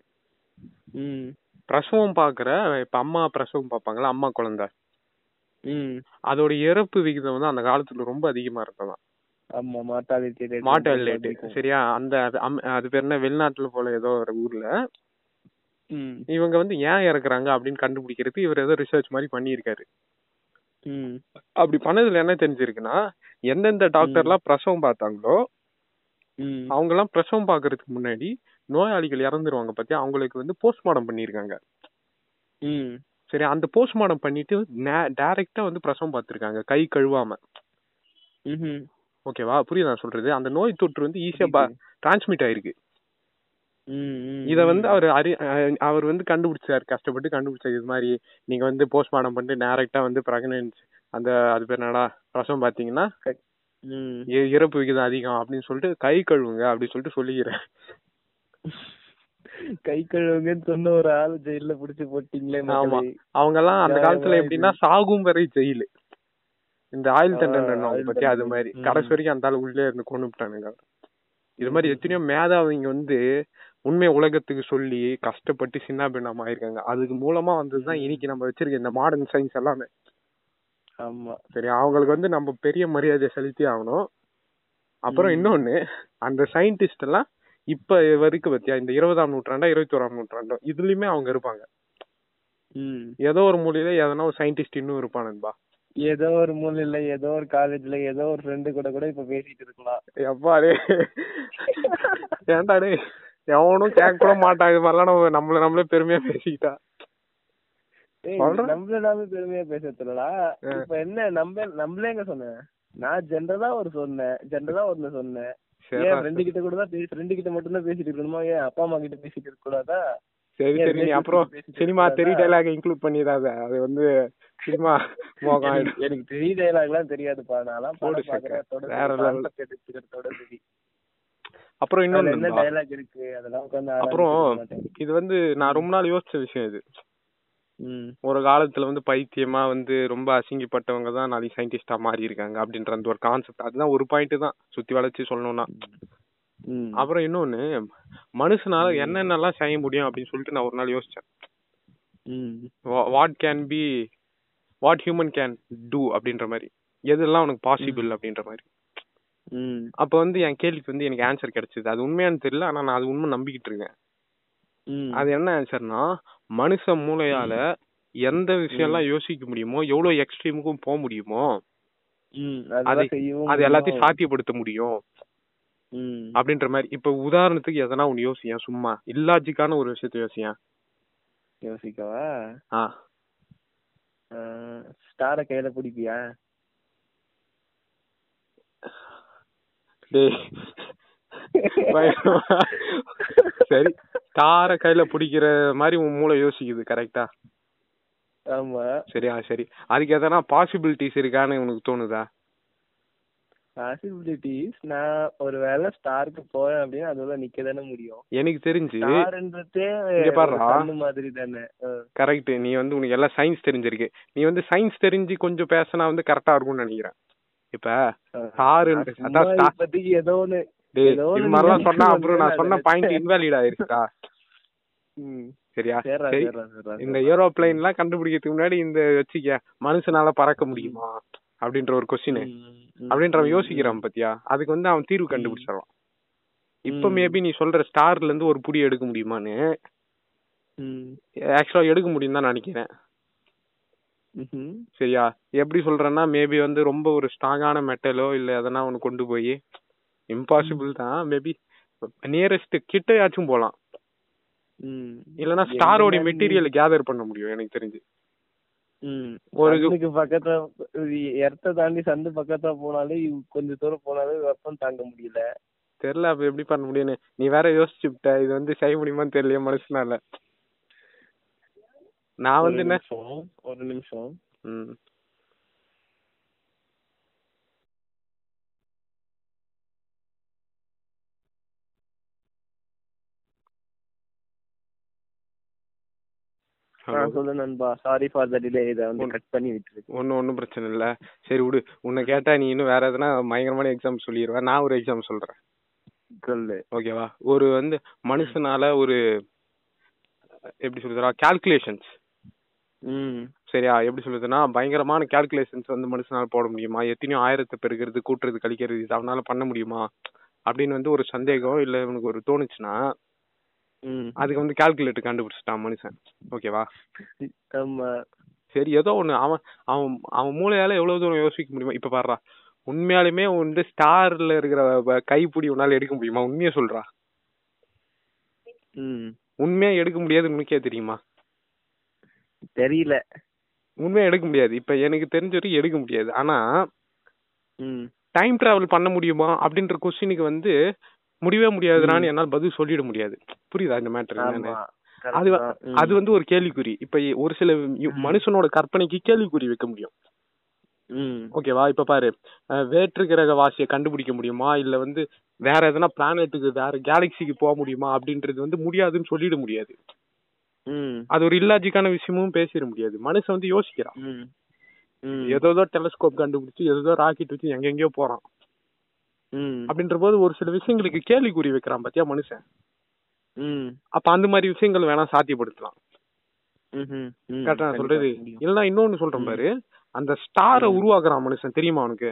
S2: ம்
S1: பிரசவம் பாக்குற இப்ப அம்மா பிரசவம் பார்ப்பாங்களா அம்மா குழந்தை
S2: ம்
S1: அதோட இறப்பு விகிதம் வந்து அந்த காலத்துல ரொம்ப அதிகமா இருந்ததாம்
S2: ஆமா மார்டாலிட்டி ரேட்
S1: மார்டாலிட்டி சரியா அந்த அது அம்- அது பேர் என்ன வெளிநாட்டுல போல ஏதோ ஒரு ஊர்ல
S2: ம்
S1: இவங்க வந்து ஏன் இறக்குறாங்க அப்படின்னு கண்டுபிடிக்கிறது இவர் ஏதோ ரிசர்ச் மாதிரி பண்ணியிருக்காரு
S2: ம்
S1: அப்படி பண்ணதுல என்ன தெரிஞ்சிருக்குன்னா எந்தெந்த டாக்டர்லாம் பிரசவம் பார்த்தாங்களோ
S2: ம்
S1: அவங்க எல்லாம் பிரசவம் பார்க்கறதுக்கு முன்னாடி நோயாளிகள் இறந்துருவாங்க பத்தி அவங்களுக்கு வந்து போஸ்ட்மார்ட்டம் பண்ணியிருக்காங்க
S2: ம்
S1: சரி அந்த போஸ்ட்மார்ட்டம் பண்ணிட்டு டைரக்டா வந்து பிரசவம் பார்த்திருக்காங்க கை கழுவாம
S2: ம்ஹும்.
S1: ஓகேவா புரியுதா நான் சொல்றது அந்த நோய் தொற்று வந்து ஈஸியா
S2: புரியுது.
S1: டிரான்ஸ்மிட் ஆயிருக்கு
S2: ம், ம்,
S1: இத
S2: ம்.
S1: வந்து அவர் அறி அஹ் அவர் வந்து கண்டுபிடிச்சாரு கஷ்டப்பட்டு கண்டுபிடிச்சாரு இது மாதிரி நீங்க வந்து போஸ்ட்மார்ட்டம் பண்ணிட்டு டைரக்டா வந்து பிரெக்னன்ஸ் அந்த அது பேர் என்னடா பிரசவம் பாத்தீங்கன்னா
S2: ம்.
S1: இ- இறப்பு விகிதம் அதிகம் அப்படின்னு சொல்லிட்டு கை கழுவுங்க அப்படின்னு சொல்லிட்டு சொல்லிக்கிறேன்
S2: கை கழுவுங்கன்னு சொன்ன ஒரு ஆள் ஜெயில புடிச்சு போட்டீங்களே
S1: ஆமா
S2: மக்களே.
S1: அவங்க எல்லாம் அந்த
S2: நியாயமா
S1: காலத்துல
S2: இது?
S1: எப்படின்னா சாகும் வரை ஜெயில் இந்த ஆயுள்
S2: ஆ,
S1: தண்டனை
S2: ஆயுள்
S1: பத்தி அது
S2: தண்டனை.
S1: மாதிரி
S2: ம்.
S1: கடைசி வரைக்கும் அந்த ஆள் உள்ளே இருந்து கொண்டு விட்டானுங்க இது மாதிரி எத்தனையோ மேதாவிங்க வந்து உண்மை உலகத்துக்கு சொல்லி கஷ்டப்பட்டு சின்ன பின்னமா ஆயிருக்காங்க அதுக்கு மூலமா வந்ததுதான் இன்னைக்கு நம்ம வச்சிருக்க இந்த மாடர்ன் சயின்ஸ் எல்லாமே
S2: ஆமா
S1: சரி அவங்களுக்கு வந்து நம்ம பெரிய மரியாதை செலுத்தி ஆகணும் அப்புறம்
S2: ம்.
S1: இன்னொன்னு அந்த சயின்டிஸ்ட் எல்லாம் இப்ப வரைக்கும் பத்தியா இந்த இருபதாம் நூற்றாண்டா இருபத்தோராம் நூற்றாண்டோ இதுலயுமே அவங்க இருப்பாங்க
S2: ம்
S1: ஏதோ ஒரு மூலையில எதனா ஒரு சயின்டிஸ்ட் இன்னும் இருப்பானுபா
S2: ஏதோ ஒரு மூலையில ஏதோ ஒரு காலேஜ்ல ஏதோ ஒரு ஃப்ரெண்டு கூட கூட இப்ப பேசிட்டு இருக்கலாம்
S1: எப்பாடே ஏன்டா டேய் எவனும் கேட்க கூட மாட்டான் இது மாதிரிலாம் நம்ம நம்மள நம்மளே பெருமையா பேசிக்கிட்டா
S2: ஏய்,
S1: சொல்றேன்.
S2: நம்மள நாம பெருமையா பேசத்துலடா
S1: ஆ.
S2: இப்ப என்ன நம்ம நம்மளே எங்க சொன்னேன் நான் ஜென்ரலா ஒரு சொன்னேன் ஜென்ரலா ஒண்ணு சொன்னேன் ஏன்
S1: சரி
S2: ஃப்ரெண்டு கிட்ட கூட தான் பேசி ஃப்ரெண்டு கிட்ட மட்டும் தான் பேசிட்டு இருக்கணுமா ஏன் அப்பா அம்மா கிட்ட பேசிட்டு இருக்க கூடாதா
S1: சரி
S2: ஏன்
S1: சரி நீ
S2: relative
S1: அப்புறம்
S2: கிட்ட பேசிட்டு
S1: சினிமா
S2: இருக்க
S1: தெரி
S2: கூடாதா?
S1: டைலாக் இன்க்ளூட் பண்ணிடாத அது வந்து சினிமா மோகம் ஆயிடும்.
S2: எனக்கு- எனக்கு தெரிய டைலாக் எல்லாம் தெரியாதுப்பா நான்லாம்
S1: போடு
S2: படம்
S1: சக்கை.
S2: பாக்குறேன் தொடர்ந்து
S1: வேற level.
S2: concept எடுத்துக்கிறதோட சரி.
S1: அப்புறம்
S2: அதுல
S1: இன்னொன்னு
S2: என்ன
S1: நண்பா.
S2: டைலாக் இருக்கு அதெல்லாம் உட்கார்ந்து
S1: அப்புறம்
S2: ஆராய்ச்சிட்டு மாட்டேன்.
S1: இது வந்து நான் ரொம்ப நாள் யோசிச்ச விஷயம் இது
S2: ம்
S1: ஒரு காலத்துல வந்து பைத்தியமா வந்து ரொம்ப அசிங்கப்பட்டவங்க தான் நாளைக்கு சயின்டிஸ்டா மாறி இருக்காங்க அப்படின்ற அந்த ஒரு கான்செப்ட் அதுதான் ஒரு பாயிண்ட் தான் சுத்தி வளைச்சு சொல்லணும்னா
S2: ம்
S1: அப்புறம் இன்னொன்னு மனுஷனால என்னென்னலாம் செய்ய முடியும் அப்படின்னு சொல்லிட்டு நான் ஒரு நாள் யோசிச்சேன்
S2: ம்
S1: what can be what human can do அப்படின்ற மாதிரி எதெல்லாம் உனக்கு பாசிபிள் அப்படின்ற மாதிரி
S2: ம்
S1: அப்ப வந்து என் கேள்விக்கு வந்து எனக்கு ஆன்சர் கிடைச்சது அது உண்மையான்னு தெரியல ஆனா நான் அது உண்மை நம்பிக்கிட்டு இருக்கேன்
S2: ம்
S1: அது என்ன ஆன்சர்னா மனுஷ மூளையால எந்த விஷயம் எல்லாம் யோசிக்க முடியுமோ எவ்வளவு எக்ஸ்ட்ரீமுக்கும் போக முடியுமோ
S2: ம்
S1: அது
S2: அதெல்லாம் செய்யவும்
S1: அது எல்லாத்தையும்
S2: முடியும்.
S1: சாத்தியப்படுத்த முடியும்
S2: ம்
S1: அப்படின்ற மாதிரி இப்ப உதாரணத்துக்கு எதனா ஒண்ணு யோசியன் சும்மா இல்லாஜிக்கான ஒரு விஷயத்த யோசியன்
S2: யோசிக்கவா
S1: ஆ
S2: ஸ்டார கையில பிடிப்பியா
S1: டேய் பயமா. சரி தார கையில பிடிக்கிற மாதிரி உன் மூளை யோசிக்குது கரெக்டா
S2: ஆமா
S1: சரியா சரி அதுக்கு எதனா பாசிபிலிட்டிஸ் இருக்கான்னு உனக்கு தோணுதா
S2: பாசிபிலிட்டிஸ் நான் ஒரு வேளை ஸ்டாருக்கு போறேன் அப்படின்னா அதோட நிக்க தானே முடியும்
S1: எனக்கு தெரிஞ்சு
S2: ஸ்டார்ன்றதே
S1: இங்க பாருடா.
S2: கண்ணு மாதிரி தானே
S1: கரெக்ட் நீ வந்து உனக்கு எல்லாம் சயின்ஸ் தெரிஞ்சிருக்கு நீ வந்து சயின்ஸ் தெரிஞ்சு கொஞ்சம் பேசினா வந்து கரெக்டா இருக்கும்னு நினைக்கிறேன் இப்ப தாரு அதான் star-
S2: இப்பதைக்கு ஏதோ ஒண்ணு
S1: டேய்,
S2: ஏதோ
S1: இது
S2: ஒண்ணு
S1: மாதிரிலாம் சொன்னா
S2: ஞாபகம்
S1: அப்புறம் நான்
S2: வந்தது
S1: சொன்ன
S2: அது.
S1: பாயிண்ட் இன்வாலிட் ஆயிருக்கா
S2: ம்.
S1: சரியா
S2: சேர்றா,
S1: சரி
S2: சேர்றா, சேர்றா,
S1: இந்த
S2: சேர்றா.
S1: ஏரோப்ளைன் எல்லாம் கண்டுபிடிக்கிறதுக்கு முன்னாடி இந்த வச்சுக்க மனுஷனால பறக்க முடியுமா அப்படின்ற ஒரு கொஸ்டின்
S2: ம், ம், ம்,
S1: அப்படின்ற அவன்
S2: ம்,
S1: யோசிக்கிறான் பாத்தியா அதுக்கு வந்து அவன் தீர்வு கண்டுபிடிச்சிடலாம் இப்ப
S2: ம்.
S1: மேபி நீ சொல்ற ஸ்டார்ல இருந்து ஒரு புடி எடுக்க முடியுமான்னு
S2: ம்.
S1: ஆக்சுவலா எடுக்க முடியும் தான் நினைக்கிறேன்
S2: ம்ஹும்.
S1: சரியா எப்படி சொல்றேன்னா மேபி வந்து ரொம்ப ஒரு ஸ்ட்ராங்கான மெட்டலோ இல்ல எதனா ஒன்னு கொண்டு போய் இம்பாசிபிள் தான் மேபி நியரஸ்ட் கிட்டயாச்சும் போலாம்
S2: ம்.
S1: இல்லனா ஸ்டாரோட மெட்டீரியல் கேதர் பண்ண முடியும் எனக்கு தெரிஞ்சு
S2: ம்.
S1: ஒரு
S2: சந்துக்கு பக்கத்துல இடத்த தாண்டி சந்து பக்கத்துல போனாலே இவ்- கொஞ்ச தூரம் போனாலே வெப்பம் தாங்க முடியல
S1: தெரியல அப்ப எப்படி பண்ண முடியும்னு நீ வேற யோசிச்சுட்ட இது வந்து செய்ய முடியுமான்னு தெரியல மனுஷனால நான்
S2: ஒரு
S1: வந்து என்ன
S2: நிமிஷம், ஒரு நிமிஷம்
S1: ம்.
S2: ஆ சொல்லு நண்பா சாரி ஃபார் த டிலே இதை வந்து கட் பண்ணி விட்டுருக்கு
S1: ஒன்றும் ஒன்றும் பிரச்சனை இல்லை சரி விடு உன்னை கேட்டால் நீ இன்னும் வேற எதுனா பயங்கரமான எக்ஸாம் சொல்லிடுவேன் நான் ஒரு எக்ஸாம் சொல்கிறேன்
S2: சொல்லு
S1: ஓகேவா ஒரு வந்து மனுஷனால ஒரு எப்படி சொல்றதுடா கால்குலேஷன்ஸ்
S2: ம்
S1: சரியா எப்படி சொல்றதுன்னா பயங்கரமான கால்குலேஷன்ஸ் வந்து மனுஷனால போட முடியுமா எத்தனையோ ஆயிரத்தை பெருக்கிறது கூட்டுறது கழிக்கிறது இது அவனால பண்ண முடியுமா அப்படின்னு வந்து ஒரு சந்தேகம் இல்ல இவனுக்கு ஒரு தோணுச்சுன்னா
S2: ம்
S1: அதுக்கு வந்து கால்குலேட்டர் கண்டுபிடிச்சிட்டான் மனுஷன் ஓகேவா
S2: ஆமா
S1: சரி ஏதோ ஒண்ணு அவன் அவன் அவன் மூளையால எவ்வளவு தூரம் யோசிக்க முடியுமா இப்ப பாடுறா உண்மையாலுமே வந்து ஸ்டார்ல இருக்கிற வ- கைப்பிடி உன்னால எடுக்க முடியுமா உண்மையை சொல்றா
S2: ம்
S1: உண்மையா எடுக்க முடியாதுன்னு உனக்கே தெரியுமா
S2: தெரியல
S1: உண்மையா எடுக்க முடியாது இப்ப எனக்கு தெரிஞ்ச வரைக்கும் எடுக்க முடியாது ஆனா
S2: ம்
S1: டைம் டிராவல் பண்ண முடியுமா அப்படின்ற கொஸ்டினுக்கு வந்து முடியவே முடியாதுடான்னு என்னால பதில் சொல்லிட முடியாது புரியுதா இந்த மேட்டர்
S2: ஆமா
S1: அது வ-
S2: correct தான்.
S1: அது வந்து ஒரு கேள்விக்குறி இப்ப எ- ஒரு சில யு- மனுஷனோட கற்பனைக்கு கேள்விக்குறி வைக்க முடியும்
S2: ம்
S1: ஓகேவா இப்ப பாரு அஹ், வேற்று கிரக வாசியை கண்டுபிடிக்க முடியுமா இல்ல வந்து வேற எதனா பிளானெட்டுக்கு வேற கேலக்சிக்கு போக முடியுமா அப்படின்றது வந்து முடியாதுன்னு சொல்லிட முடியாது
S2: ம்
S1: அது ஒரு இல்லாஜிக்கான விஷயமும் பேசிட முடியாது மனுஷன் வந்து யோசிக்கிறான்
S2: ம் ம்
S1: ஏதோ ஏதோ டெலஸ்கோப் கண்டுபிடிச்சு ஏதோ ராக்கெட் வச்சு எங்கெங்கேயோ போறான்
S2: ம்
S1: அப்படின்ற போது ஒரு சில விஷயங்களுக்கு கேள்விக்குறி வைக்கிறான் பாத்தியா மனுஷன்
S2: ம்
S1: அப்ப அந்த மாதிரி விஷயங்கள் வேணா சாத்தியப்படுத்தலாம்
S2: ம்ஹும். ம்
S1: கரெக்டா நான்
S2: கண்டிப்பா
S1: சொல்றது
S2: முடியும்.
S1: இல்லைன்னா இன்னொன்னு சொல்றேன் பாரு அந்த ஸ்டாரை உருவாக்குறான் மனுஷன் தெரியுமா அவனுக்கு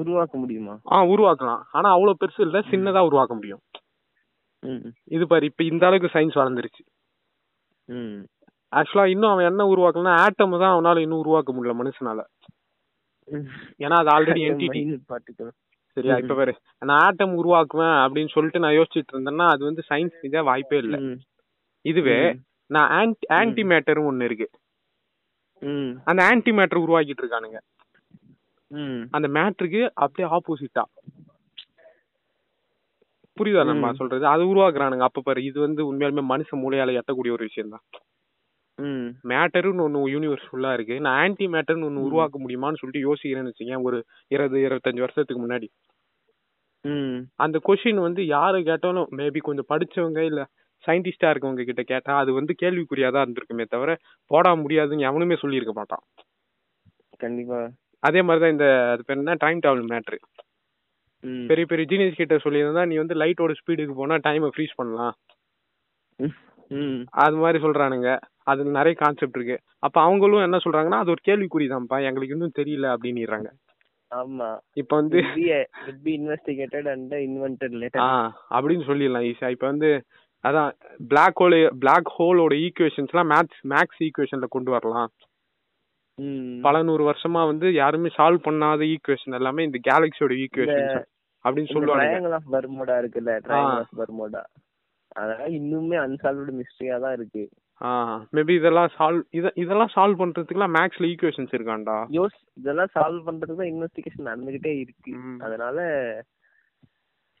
S2: உருவாக்க முடியுமா
S1: ஆ உருவாக்கலாம் ஆனா அவ்வளவு பெருசு இல்ல சின்னதா உருவாக்க முடியும்
S2: ம்
S1: இது பாரு இப்ப இந்த அளவுக்கு சயின்ஸ் வளர்ந்துருச்சு
S2: ம்
S1: ஆக்சுவலா இன்னும் அவன் என்ன உருவாக்கலாம் ஆட்டம் தான் அவனால இன்னும் உருவாக்க முடியல மனுஷனால ஏன்னா அது ஆல்ரெடி என்டிடி
S2: பார்த்துக்கலாம்
S1: சரியா இப்ப பாரு நான் ஆட்டம் உருவாக்குவேன் அப்படின்னு சொல்லிட்டு நான் யோசிச்சுட்டு இருந்தேன்னா அது வந்து சயின்ஸ் மீதே வாய்ப்பே இல்ல
S2: ம்
S1: இதுவே
S2: ம்.
S1: நான் ஆன்டி ஆன்டி மேட்டரும் ஒண்ணு இருக்கு
S2: ம்
S1: அந்த ஆன்டி மேட்டர் உருவாக்கிட்டு இருக்கானுங்க
S2: ம்
S1: அந்த மேட்ருக்கு அப்படியே ஆப்போசிட்டா புரியுதா நம்ம
S2: ம்.
S1: சொல்றது அது உருவாக்குறானுங்க அப்ப பாரு இது வந்து உண்மையாலுமே மனுஷ மூளையால எட்டக்கூடிய ஒரு விஷயம் தான்
S2: ம்
S1: மேட்டர்னு ஒண்ணு யூனிவர்ஸ் ஃபுல்லா இருக்கு நான் ஆன்டி மேட்டர்னு ஒண்ணு உருவாக்க முடியுமான்னு சொல்லிட்டு யோசிக்கிறேன்னு வச்சுக்கேன் ஒரு இருபது இருபத்தஞ்சு வருஷத்துக்கு முன்னாடி
S2: ம்
S1: அந்த கொஷின் வந்து யாரு கேட்டாலும் மேபி கொஞ்சம் படிச்சவங்க இல்ல சயின்டிஸ்டா இருக்கவங்க கிட்ட கேட்டா அது வந்து கேள்விக்குறியா தான் இருந்திருக்குமே தவிர போடா முடியாதுன்னு எவனுமே சொல்லியிருக்க மாட்டான்
S2: கண்டிப்பா
S1: அதே மாதிரிதான் இந்த அது பேர் என்ன டைம் டிராவல் மேட்ரு
S2: ம்
S1: பெரிய பெரிய ஜீனியஸ் கிட்ட சொல்லியிருந்தா நீ வந்து லைட்டோட ஸ்பீடுக்கு போனா டைமை ஃப்ரீஸ் பண்ணலாம்
S2: ம்
S1: அது மாதிரி சொல்றானுங்க அது நிறைய கான்செப்ட் இருக்கு அப்ப அவங்களும் என்ன சொல்றாங்கன்னா அது ஒரு கேள்விக்குறிதான்ப்பா எங்களுக்கு இன்னும் தெரியல அப்படின்னுறாங்க
S2: ஆமா
S1: இப்ப வந்து
S2: be investigated and invented
S1: ah
S2: later
S1: அப்படின்னு சொல்லிடலாம் ஈஸியா இப்ப வந்து அதான் பிளாக் ஹோல் பிளாக் ஹோலோட ஈக்குவேஷன்ஸ்லாம் மேத்ஸ் மேக்ஸ் ஈக்குவேஷன்ல கொண்டு வரலாம்
S2: ம்
S1: பல நூறு வருஷமா வந்து யாருமே சால்வ் பண்ணாத ஈக்குவேஷன் எல்லாமே இந்த கேலக்சியோட ஈக்குவேஷன் அப்படின்னு சொல்லுவாங்க
S2: ட்ரையாங்கிள் ஆஃப் பர்மோடா இருக்குல்ல ட்ரையாங்கிள் ஆஃப் பர்மோடா அதனால இன்னுமே அன்சால்வ்டு மிஸ்டரியா தான் இருக்கு
S1: ஆ மேபி இதெல்லாம் சால்வ் இத இதெல்லாம் சால்வ் பண்றதுக்குலாம் மேக்ஸ்ல ஈக்குவேஷன்ஸ் இருக்காண்டா
S2: யோஸ் இதெல்லாம் சால்வ் பண்றதுக்கு தான் இன்வெஸ்டிகேஷன் நடந்துகிட்டே இருக்கு
S1: ம்.
S2: அதனால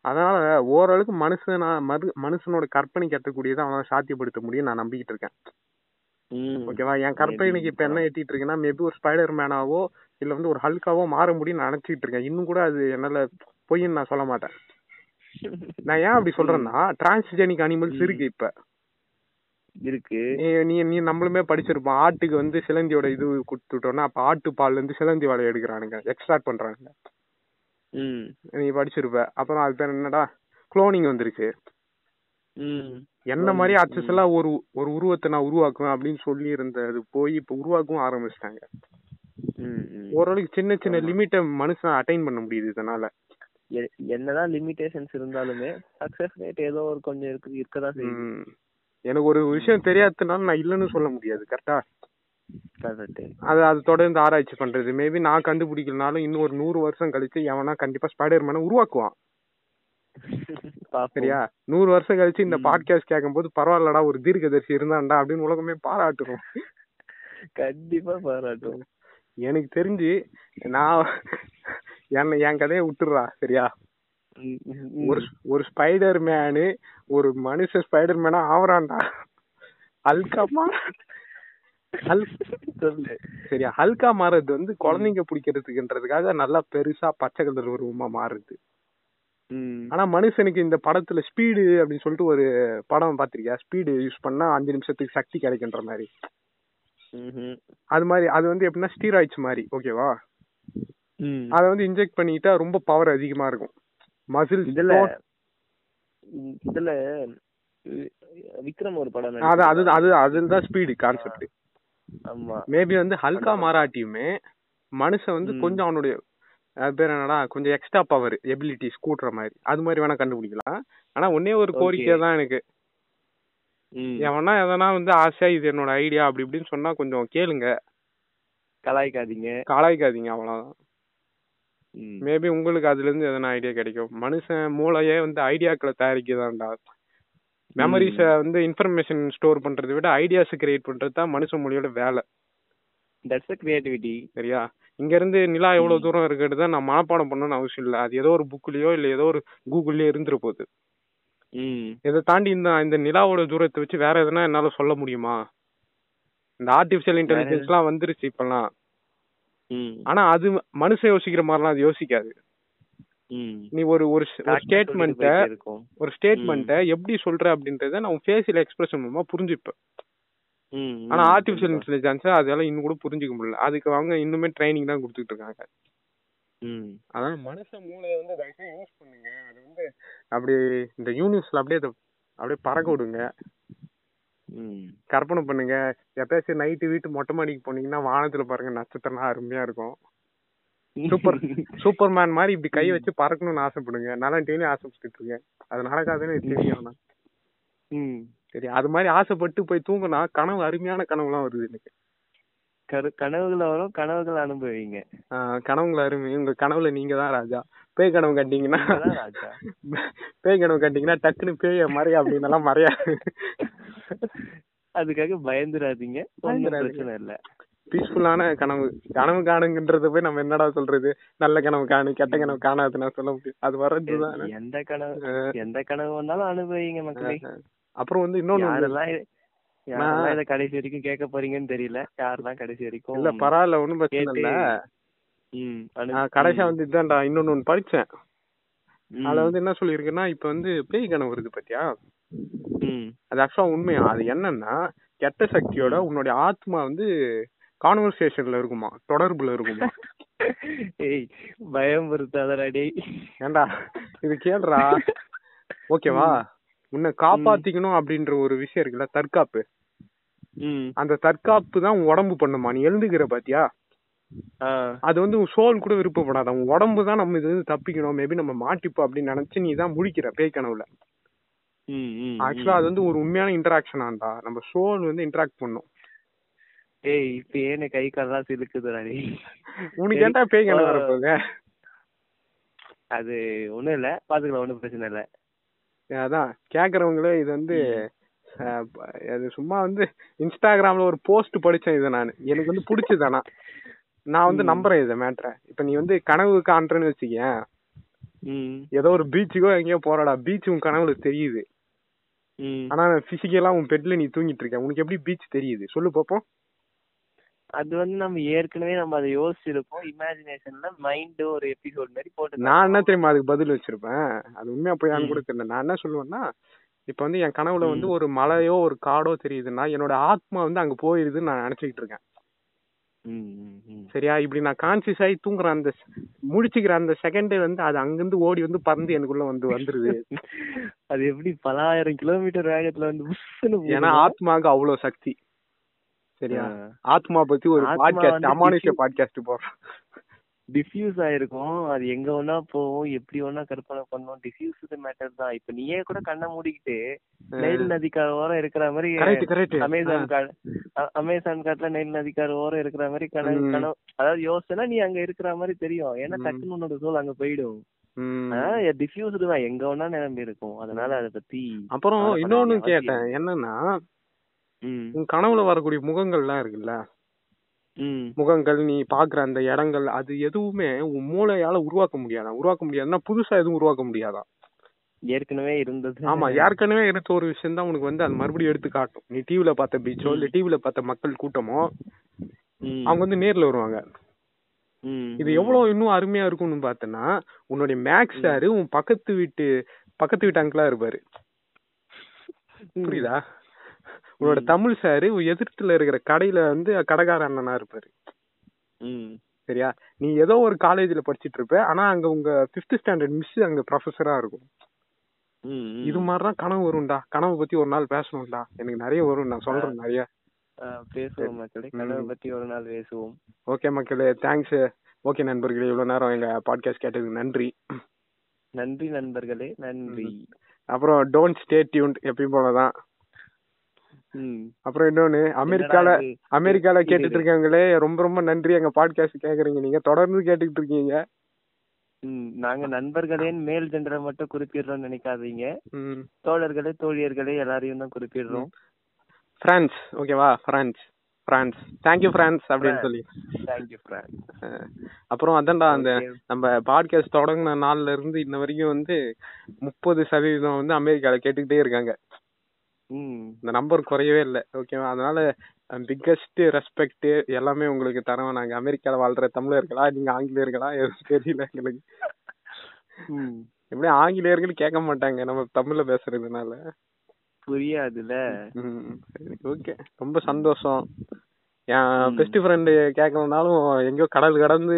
S1: அதனால ஓரளவுக்கு மனுஷனா மரு மனுஷனோட கற்பனை கட்டக்கூடியதை அவனால சாத்தியப்படுத்த முடியும் நான் நம்பிக்கிட்டு இருக்கேன்
S2: ம்
S1: ஓகேவா என் கற்பனைக்கு இப்ப என்ன எட்டிட்டு இருக்கேன்னா மேபி ஒரு ஸ்பைடர் மேனாவோ இல்ல வந்து ஒரு ஹல்காவோ மாற முடியும் நான் நினைச்சிட்டு இருக்கேன் இன்னும் கூட அது என்னால பொய்ன்னு நான் சொல்ல மாட்டேன் நான் ஏன் அப்படி சொல்றேன்னா டிரான்ஸ்ஜெனிக் அனிமல்ஸ் இருக்கு இப்ப
S2: இருக்கு
S1: நீ- நீ நீ நம்மளுமே படிச்சிருப்போம் ஆட்டுக்கு வந்து சிலந்தியோட இது கொடுத்துட்டோம்னா அப்ப ஆட்டு பால்ல இருந்து சிலந்தி வலை எடுக்கிறானுங்க எக்ஸ்ட்ராக்ட் பண்றானுங்க
S2: ம்
S1: நீ படிச்சிருப்ப அப்புறம் அது பேர் என்னடா குளோனிங் வந்திருக்கு
S2: ம்
S1: என்ன மாதிரி அச்சசலா ஒரு ஒரு உருவத்தை நான் உருவாக்குவேன் அப்படின்னு சொல்லி இருந்தது போய் இப்ப உருவாக்கவும் ஆரம்பிச்சிட்டாங்க
S2: ம் ம்
S1: ஓரளவுக்கு சின்ன சின்ன லிமிட்டை மனுஷன் அட்டைன் பண்ண முடியுது இதனால
S2: எ- என்னதான் லிமிடேஷன்ஸ் இருந்தாலுமே சக்சஸ் ரேட் ஏதோ ஒரு கொஞ்சம் இருக்கு இருக்கதான் செய்யும்
S1: ம். எனக்கு ஒரு விஷயம் தெரியாததுனால நான் இல்லைன்னு சொல்ல முடியாது கரெக்டா
S2: கரெக்ட்
S1: அது அது தொடர்ந்து ஆராய்ச்சி பண்றது மேபி நான் கண்டுபிடிக்கலனாலும் இன்னும் ஒரு நூறு வருஷம் கழிச்சு எவனா கண்டிப்பா ஸ்பைடர் மேனை உருவாக்குவான்
S2: பாப்போம்
S1: சரியா நூறு வருஷம் கழிச்சு இந்த பாட்காஸ்ட் கேட்கும்போது பரவாயில்லடா ஒரு தீர்க்கதரிசி இருந்தான்டா அப்படின்னு உலகமே பாராட்டுறோம்
S2: கண்டிப்பா பாராட்டும்
S1: எனக்கு தெரிஞ்சு நான் என்ன என் கதையை விட்டுடுறா சரியா
S2: ம், ம்.
S1: ஒரு ஒரு ஸ்பைடர் மேனு ஒரு மனுஷ ஸ்பைடர் மேனா ஆவறான்டா அல்காமா அல்
S2: சொல்லு
S1: சரியா ஹல்கா மாறுறது வந்து குழந்தைங்க பிடிக்கிறதுக்குன்றதுக்காக நல்லா பெருசா பச்சை கலர் உருவமா மாறுது
S2: ம்
S1: ஆனா மனுஷனுக்கு இந்த படத்துல ஸ்பீடு அப்படின்னு சொல்லிட்டு ஒரு படம் பாத்திருக்கியா ஸ்பீடு யூஸ் பண்ணா அஞ்சு நிமிஷத்துக்கு சக்தி கிடைக்குன்ற மாதிரி
S2: ம்ஹும்.
S1: அது மாதிரி அது வந்து எப்படின்னா ஸ்டீராய்ட்ஸ் மாதிரி ஓகேவா
S2: ம்
S1: அதை வந்து இன்ஜெக்ட் பண்ணிக்கிட்டா ரொம்ப பவர் அதிகமா இருக்கும் மசில்
S2: இதுல இ- இதுல இ- விக்ரம் ஒரு படம்
S1: அது
S2: நடிச்சிருக்கான்.
S1: அது அது அதுதான் ஸ்பீடு கான்செப்ட்
S2: ஆமா
S1: மேபி வந்து ஹல்கா மாராட்டியுமே மனுஷன் வந்து
S2: ம்.
S1: கொஞ்சம் அவனுடைய அது பேர் என்னடா கொஞ்சம் எக்ஸ்ட்ரா பவர் எபிலிட்டிஸ் கூட்டுற மாதிரி அது மாதிரி வேணா கண்டுபிடிக்கலாம் ஆனா ஒன்னே ஒரு
S2: Okay.
S1: கோரிக்கை தான் எனக்கு
S2: ம்.
S1: எவனா எதனா வந்து ஆசையா இது என்னோட ஐடியா அப்படி இப்படின்னு சொன்னா கொஞ்சம் கேளுங்க
S2: கலாய்க்காதீங்க
S1: கலாய்க்காதீங்க அவ்வளவுதான்
S2: ம்.
S1: மேபி உங்களுக்கு அதுல இருந்து எதனா ஐடியா கிடைக்கும் மனுஷன் மூளையே வந்து ஐடியாக்களை தயாரிக்கதான்டா மெமரிஸ வந்து இன்ஃபர்மேஷன் ஸ்டோர் பண்றதை விட ஐடியாஸ் கிரியேட் பண்றது தான் மனுஷ மொழியோட வேலை
S2: தட்ஸ் அ கிரியேட்டிவிட்டி
S1: சரியா இங்க இருந்து நிலா எவ்வளவு தூரம் இருக்குறது தான் நான் மனப்பாடம் பண்ணணும்னு அவசியம் இல்ல அது ஏதோ ஒரு புக்லயோ இல்ல ஏதோ ஒரு கூகுள்லயோ இருந்துற போகுது
S2: ம்
S1: இதை தாண்டி இந்த இந்த நிலாவோட தூரத்தை வச்சு வேற எதுனா என்னால சொல்ல முடியுமா இந்த ஆர்டிபிஷியல் இன்டெலிஜென்ஸ் எல்லாம் வந்துருச்சு இப்பெல்லாம்
S2: ம்
S1: ஆனா அது மனுஷன் யோசிக்கிற மாதிரிலாம் அது யோசிக்காது
S2: ம்
S1: நீ ஒரு ஒரு ஸ்டேட்மெண்ட்ட
S2: சொல்லிட்டு போயிட்டே இருக்கும்
S1: ஒரு ஸ்டேட்மெண்ட்ட எப்படி சொல்ற அப்படின்றத நான் ஃபேஷியல் எக்ஸ்பிரஷன் மூலமா புரிஞ்சுப்பேன்
S2: ம், ம்.
S1: ஆனா ஆர்டிபிஷியல் இன்டெலிஜென்ஸ் அதெல்லாம் இன்னும் கூட புரிஞ்சுக்க முடியல அதுக்கு அவங்க இன்னுமே ட்ரைனிங் தான் கொடுத்துட்டு இருக்காங்க
S2: ம்
S1: அதான் மனுஷ மூளையை வந்து தயவுசெய்து யூஸ் பண்ணுங்க அது வந்து அப்படி இந்த யூனிவர்ஸ்ல அப்படியே அதை அப்படியே பறக்க விடுங்க
S2: ம்
S1: கற்பனை பண்ணுங்க எப்பயாச்சும் நைட்டு வீட்டு மொட்டை மாடிக்கு போனீங்கன்னா வானத்துல பாருங்க நட்சத்திரம்லாம் அருமையா இருக்கும் சூப்பர் சூப்பர்மேன் மாதிரி இப்படி கை வச்சு பறக்கணும்னு ஆசைப்படுங்க நல்லா டெய்லியும் ஆசைப்பட்டுட்டு இருக்கேன் அது நடக்காதுன்னு எனக்கு தெரியும் ஆனா.
S2: ம்
S1: சரி அது மாதிரி ஆசைப்பட்டு போய் தூங்குனா கனவு அருமையான கனவுலாம் வருது எனக்கு
S2: கரு கனவுகளை வரும் கனவுகளை அனுபவிங்க
S1: ஆஹ் கனவுங்கள அருமை உங்க கனவுல நீங்க தான் ராஜா பேய் கனவு கட்டிங்கன்னா
S2: நீங்கதான் ராஜா.
S1: பேய் கனவு கட்டிங்கன்னா டக்குன்னு பேய மறையா அப்படின்னு எல்லாம் மறையா
S2: அதுக்காக பயந்துராதீங்க ஒன்றும்
S1: பயந்துராதீங்க.
S2: பிரச்சனை இல்ல
S1: பீஸ்ஃபுல்லான கனவு கனவு காணுங்கன்றத போய் நம்ம என்னடா சொல்றது நல்ல கனவு காணு கெட்ட கனவு காணாது நான் சொல்ல முடியும் அது வர்றதுதான்
S2: எந்த கனவு
S1: அஹ்
S2: எந்த கனவு வந்தாலும் அனுபவிங்க மக்களே
S1: அஹ் அப்புறம் வந்து இன்னொன்னு வந்து-
S2: யாரெல்லாம் இத- யாரெல்லாம் இத கடைசி வரைக்கும் கேட்க போறீங்கன்னு தெரியல யாரெல்லாம் கடைசி வரைக்கும்
S1: இல்ல பரவாயில்ல ஒண்ணும் பிரச்சனை
S2: கேட்டு
S1: இல்ல
S2: ம், அனு-
S1: நான் கடைசியா வந்து இதான்டா இன்னொன்னு ஒண்ணு படிச்சேன்
S2: ம்,
S1: அதுல வந்து என்ன சொல்லியிருக்குன்னா இப்ப வந்து பேய் கனவு வருது பத்தியா
S2: ம்,
S1: அது ஆக்சுவலா உண்மையா அது என்னன்னா கெட்ட சக்தியோட உன்னுடைய ஆத்மா வந்து கான்வர்சேஷன்ல இருக்குமா தொடர்புல இருக்குமா
S2: ஏய் பயம் பொறுத்தாதடா டேய்
S1: ஏன்டா இது கேளுடா ஓகேவா உன்னை காப்பாத்திக்கணும் அப்படின்ற ஒரு விஷயம் இருக்குல்ல தற்காப்பு
S2: ம்
S1: அந்த தற்காப்பு தான் உன் உடம்பு பண்ணுமா நீ எழுந்துக்கிற பாத்தியா
S2: ஆ
S1: அது வந்து உன் சோல் கூட விருப்பப்படாத உன் உடம்பு தான் நம்ம இது வந்து தப்பிக்கணும் மேபி நம்ம மாட்டிப்போம் அப்படின்னு நினைச்சு நீ தான் முழிக்கிற பேய் கனவுல
S2: ம் ம்,
S1: ஆக்சுவலா அது வந்து ஒரு உண்மையான இன்டராக்ஷன் ஆண்டா நம்ம சோல் வந்து இன்டராக்ட் பண்ணும்
S2: ஏய் இப்ப ஏன் கை காலெல்லாம் சிலுக்குதுடா டேய்
S1: உனக்கு ஏன்டா பேய் கனவு
S2: ஆ.
S1: வரப்போங்க
S2: அது ஒண்ணும் இல்ல பாத்துக்கலாம் ஒண்ணும் பிரச்சனை இல்ல
S1: அதான் கேக்குறவங்களே இது வந்து அஹ், ப- அது சும்மா வந்து இன்ஸ்டாகிராம்ல ஒரு போஸ்ட் படிச்சேன் இதை நான் எனக்கு வந்து பிடிச்சதானா நான் வந்து நம்புறேன் இதை மேட்ரை இப்ப நீ வந்து கனவு காண்றேன்னு வச்சுக்கேன்
S2: ம்
S1: ஏதோ ஒரு பீச்சுக்கோ எங்கேயோ போறடா பீச் உன் கனவுல தெரியுது
S2: ம்
S1: ஆனா பிசிக்கலா உன் பெட்ல நீ தூங்கிட்டு இருக்க உனக்கு எப்படி பீச் தெரியுது சொல்லு பாப்போம்
S2: அது வந்து நம்ம ஏற்கனவே நம்ம அதை யோசிச்சிருப்போம் இமேஜினேஷன்ல மைண்ட் ஒரு எபிசோட் மாதிரி போட்டு
S1: நான் என்ன தெரியுமா அதுக்கு பதில் வச்சிருப்பேன் அது உண்மையா போயான்னு கூட தெரியல நான் என்ன சொல்லுவேன்னா இப்ப வந்து என் கனவுல வந்து ஒரு மலையோ ஒரு காடோ தெரியுதுன்னா என்னோட ஆத்மா வந்து அங்க போயிருதுன்னு நான் நினைச்சுக்கிட்டு இருக்கேன்
S2: ம், ம், ம்.
S1: சரியா இப்படி நான் கான்சியஸ் ஆகி தூங்குற அந்த se- முழிச்சுக்கிற அந்த செகண்டே வந்து அது அங்கிருந்து ஓடி வந்து பறந்து எனக்குள்ள வந்து வந்துருது
S2: அது எப்படி பலாயிரம் கிலோமீட்டர் வேகத்துல வந்து புஷ்ஷுன்னு போகுது.
S1: ஏன்னா ஆத்மாவுக்கு அவ்வளவு சக்தி சரியா
S2: ஆ.
S1: ஆத்மா பத்தி ஒரு
S2: ஆத்மா
S1: பாட்காஸ்ட்
S2: வந்து
S1: அமானுஷ
S2: diffuse-
S1: பாட்காஸ்ட் போடுறோம்
S2: டிஃப்யூஸ் ஆயிருக்கும் அது எங்க வேணா போவோம் எப்படி வேணா கற்பனை பண்ணும் டிஃப்யூஸ் மேட்டர் தான் இப்ப நீயே கூட கண்ணை மூடிக்கிட்டு நைல் நதிக்கார ஓரம் இருக்கிற மாதிரி
S1: கரெக்ட் கரெக்ட்
S2: அமேசான் காடு அ- அமேசான் காட்டுல நைல் நதிக்கார ஓரம் இருக்கிற மாதிரி கனவு
S1: ம்.
S2: கனவு அதாவது யோசனை நீ அங்க இருக்கிற மாதிரி தெரியும் ஏன்னா
S1: ம்.
S2: டக்குன்னு உன்னோட சோல் அங்க போயிடும் டிஃப்யூஸ்டு தான் எங்க வேணா நிரம்பி இருக்கும் அதனால அத பத்தி
S1: அப்புறம்
S2: கவலைப்பட
S1: இன்னொன்னு
S2: வேண்டிய அவசியம்
S1: கேட்டேன் என்னன்னா
S2: ம்
S1: உன் கனவுல வரக்கூடிய முகங்கள்லாம் இருக்குல்ல
S2: ம்
S1: முகங்கள் நீ பாக்குற அந்த இடங்கள் அது எதுவுமே உன் மூளையால உருவாக்க முடியாதான் உருவாக்க முடியாதுன்னா புதுசா எதுவும் உருவாக்க முடியாதான்
S2: ஏற்கனவே இருந்தது
S1: ஆமா ஏற்கனவே எடுத்த ஒரு விஷயம் தான் உனக்கு வந்து அது மறுபடியும் எடுத்து காட்டும் நீ டிவில பார்த்த பீச்சோ இல்ல டிவில பார்த்த மக்கள் கூட்டமோ
S2: ம்.
S1: அவங்க வந்து நேர்ல வருவாங்க இது எவ்வளவு இன்னும் அருமையா இருக்கும்னு பார்த்தனா உன்னுடைய மேக்ஸ் சார் உன் பக்கத்து வீட்டு பக்கத்து வீட்டு அங்கிளா இருப்பாரு புரியுதா உன்னோட தமிழ் சாரு உன் எதிர்த்துல இருக்கிற கடையில வந்து கடைக்கார அண்ணனா இருப்பாரு சரியா நீ ஏதோ ஒரு காலேஜ்ல படிச்சிட்டு இருப்ப ஆனா அங்க உங்க பிப்த் ஸ்டாண்டர்ட் மிஸ் அங்க ப்ரொஃபஸரா இருக்கும் இது மாதிரிதான் கனவு வரும்டா கனவை பத்தி ஒரு நாள் பேசணும்டா எனக்கு நிறைய வரும் நான் சொல்றேன் நிறைய
S2: பேசுவோம் மக்களே கனவை பத்தி ஒரு நாள் பேசுவோம்
S1: ஓகே மக்களே தேங்க்ஸ் ஓகே நண்பர்களே இவ்வளவு நேரம் எங்க பாட்காஸ்ட் கேட்டதுக்கு நன்றி
S2: நன்றி நண்பர்களே நன்றி
S1: அப்புறம் டோன்ட் ஸ்டே டியூன்ட் எப்பயும் போலதான் அப்புறம் இன்னொன்னு அமெரிக்கால அமெரிக்கால கேட்டுட்டு இருக்காங்களே ரொம்ப ரொம்ப நன்றி எங்க பாட்காஸ்ட் கேக்குறீங்க நீங்க தொடர்ந்து கேட்டுக்கிட்டு இருக்கீங்க
S2: நாங்க நண்பர்களே மேல் ஜெண்டரை மட்டும் குறிப்பிடுறோம் நினைக்காதீங்க தோழர்களே தோழியர்களே எல்லாரையும் தான் குறிப்பிடுறோம்
S1: பிரான்ஸ் ஓகேவா பிரான்ஸ் பிரான்ஸ் தேங்க்யூ பிரான்ஸ் அப்படின்னு சொல்லி
S2: தேங்க்யூ பிரான்ஸ்
S1: அப்புறம் அதான்டா அந்த நம்ம பாட்காஸ்ட் தொடங்கின நாள்ல இருந்து இன்ன வரைக்கும் வந்து முப்பது சதவீதம் வந்து அமெரிக்கால கேட்டுக்கிட்டே இருக்காங்க இந்த நம்பர் குறையவே இல்லை ஓகேவா அதனால பிக்கஸ்ட் ரெஸ்பெக்ட் எல்லாமே உங்களுக்கு தரோம் நாங்க அமெரிக்கால வாழ்ற தமிழர்களா நீங்க ஆங்கிலேயர்களா எதுவும் தெரியல எங்களுக்கு எப்படி ஆங்கிலேயர்கள் கேட்க மாட்டாங்க நம்ம தமிழ்ல பேசுறதுனால
S2: புரியாதுல
S1: ஓகே ரொம்ப சந்தோஷம் என் பெஸ்ட் ஃப்ரெண்டு கேட்கலனாலும் எங்கேயோ கடல் கடந்து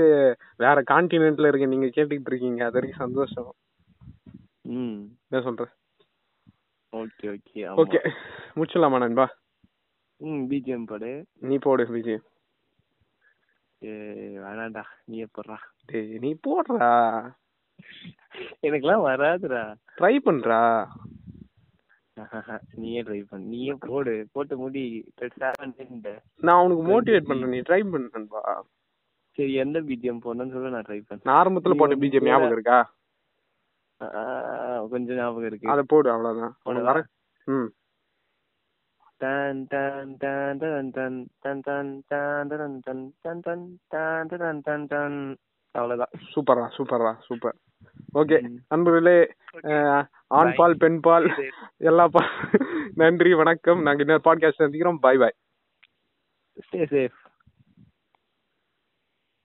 S1: வேற கான்டினென்ட்ல இருக்க நீங்க கேட்டுக்கிட்டு இருக்கீங்க அது வரைக்கும் சந்தோஷம்
S2: ம்
S1: என்ன சொல்ற
S2: ஓகே ஓகே
S1: ஓகே முடிச்சிடலாமா நண்பா
S2: ம் பிஜிஎம் போடு
S1: நீ போடு பிஜிஎம்
S2: ஏ வேணாண்டா நீயே போடுறா
S1: டேய் நீ போடுறா
S2: எனக்குலாம் வராதுடா
S1: ட்ரை பண்றா
S2: நீயே ட்ரை பண்ணு நீயே போடு போட்டு முடி
S1: நான் உனக்கு மோட்டிவேட் பண்றேன் நீ ட்ரை பண்ணு
S2: சரி எந்த பிஜிஎம் போடணும்னு சொல்ல நான் ட்ரை பண்ணேன்
S1: நான் ஆரம்பத்துல போட்ட பிஜிஎம் ஞாபகம் இருக்கா
S2: கொஞ்சம் ஞாபகம் இருக்கு
S1: அத போடு அவ்வளவுதான் உனக்கு வர ம்
S2: டன் டன் டன் டன் டன் டன் டன் டன் டன் டன் டன் டன் டன் டன் டன் டன் அவ்வளவுதான்
S1: சூப்பரா சூப்பரா சூப்பர் ஓகே நண்பர்களே ஆண் பால் பெண் பால் எல்லா பால் நன்றி வணக்கம் நாங்க இன்னொரு பாட்காஸ்ட் சந்திக்கிறோம் பாய் பாய்
S2: ஸ்டே சேஃப்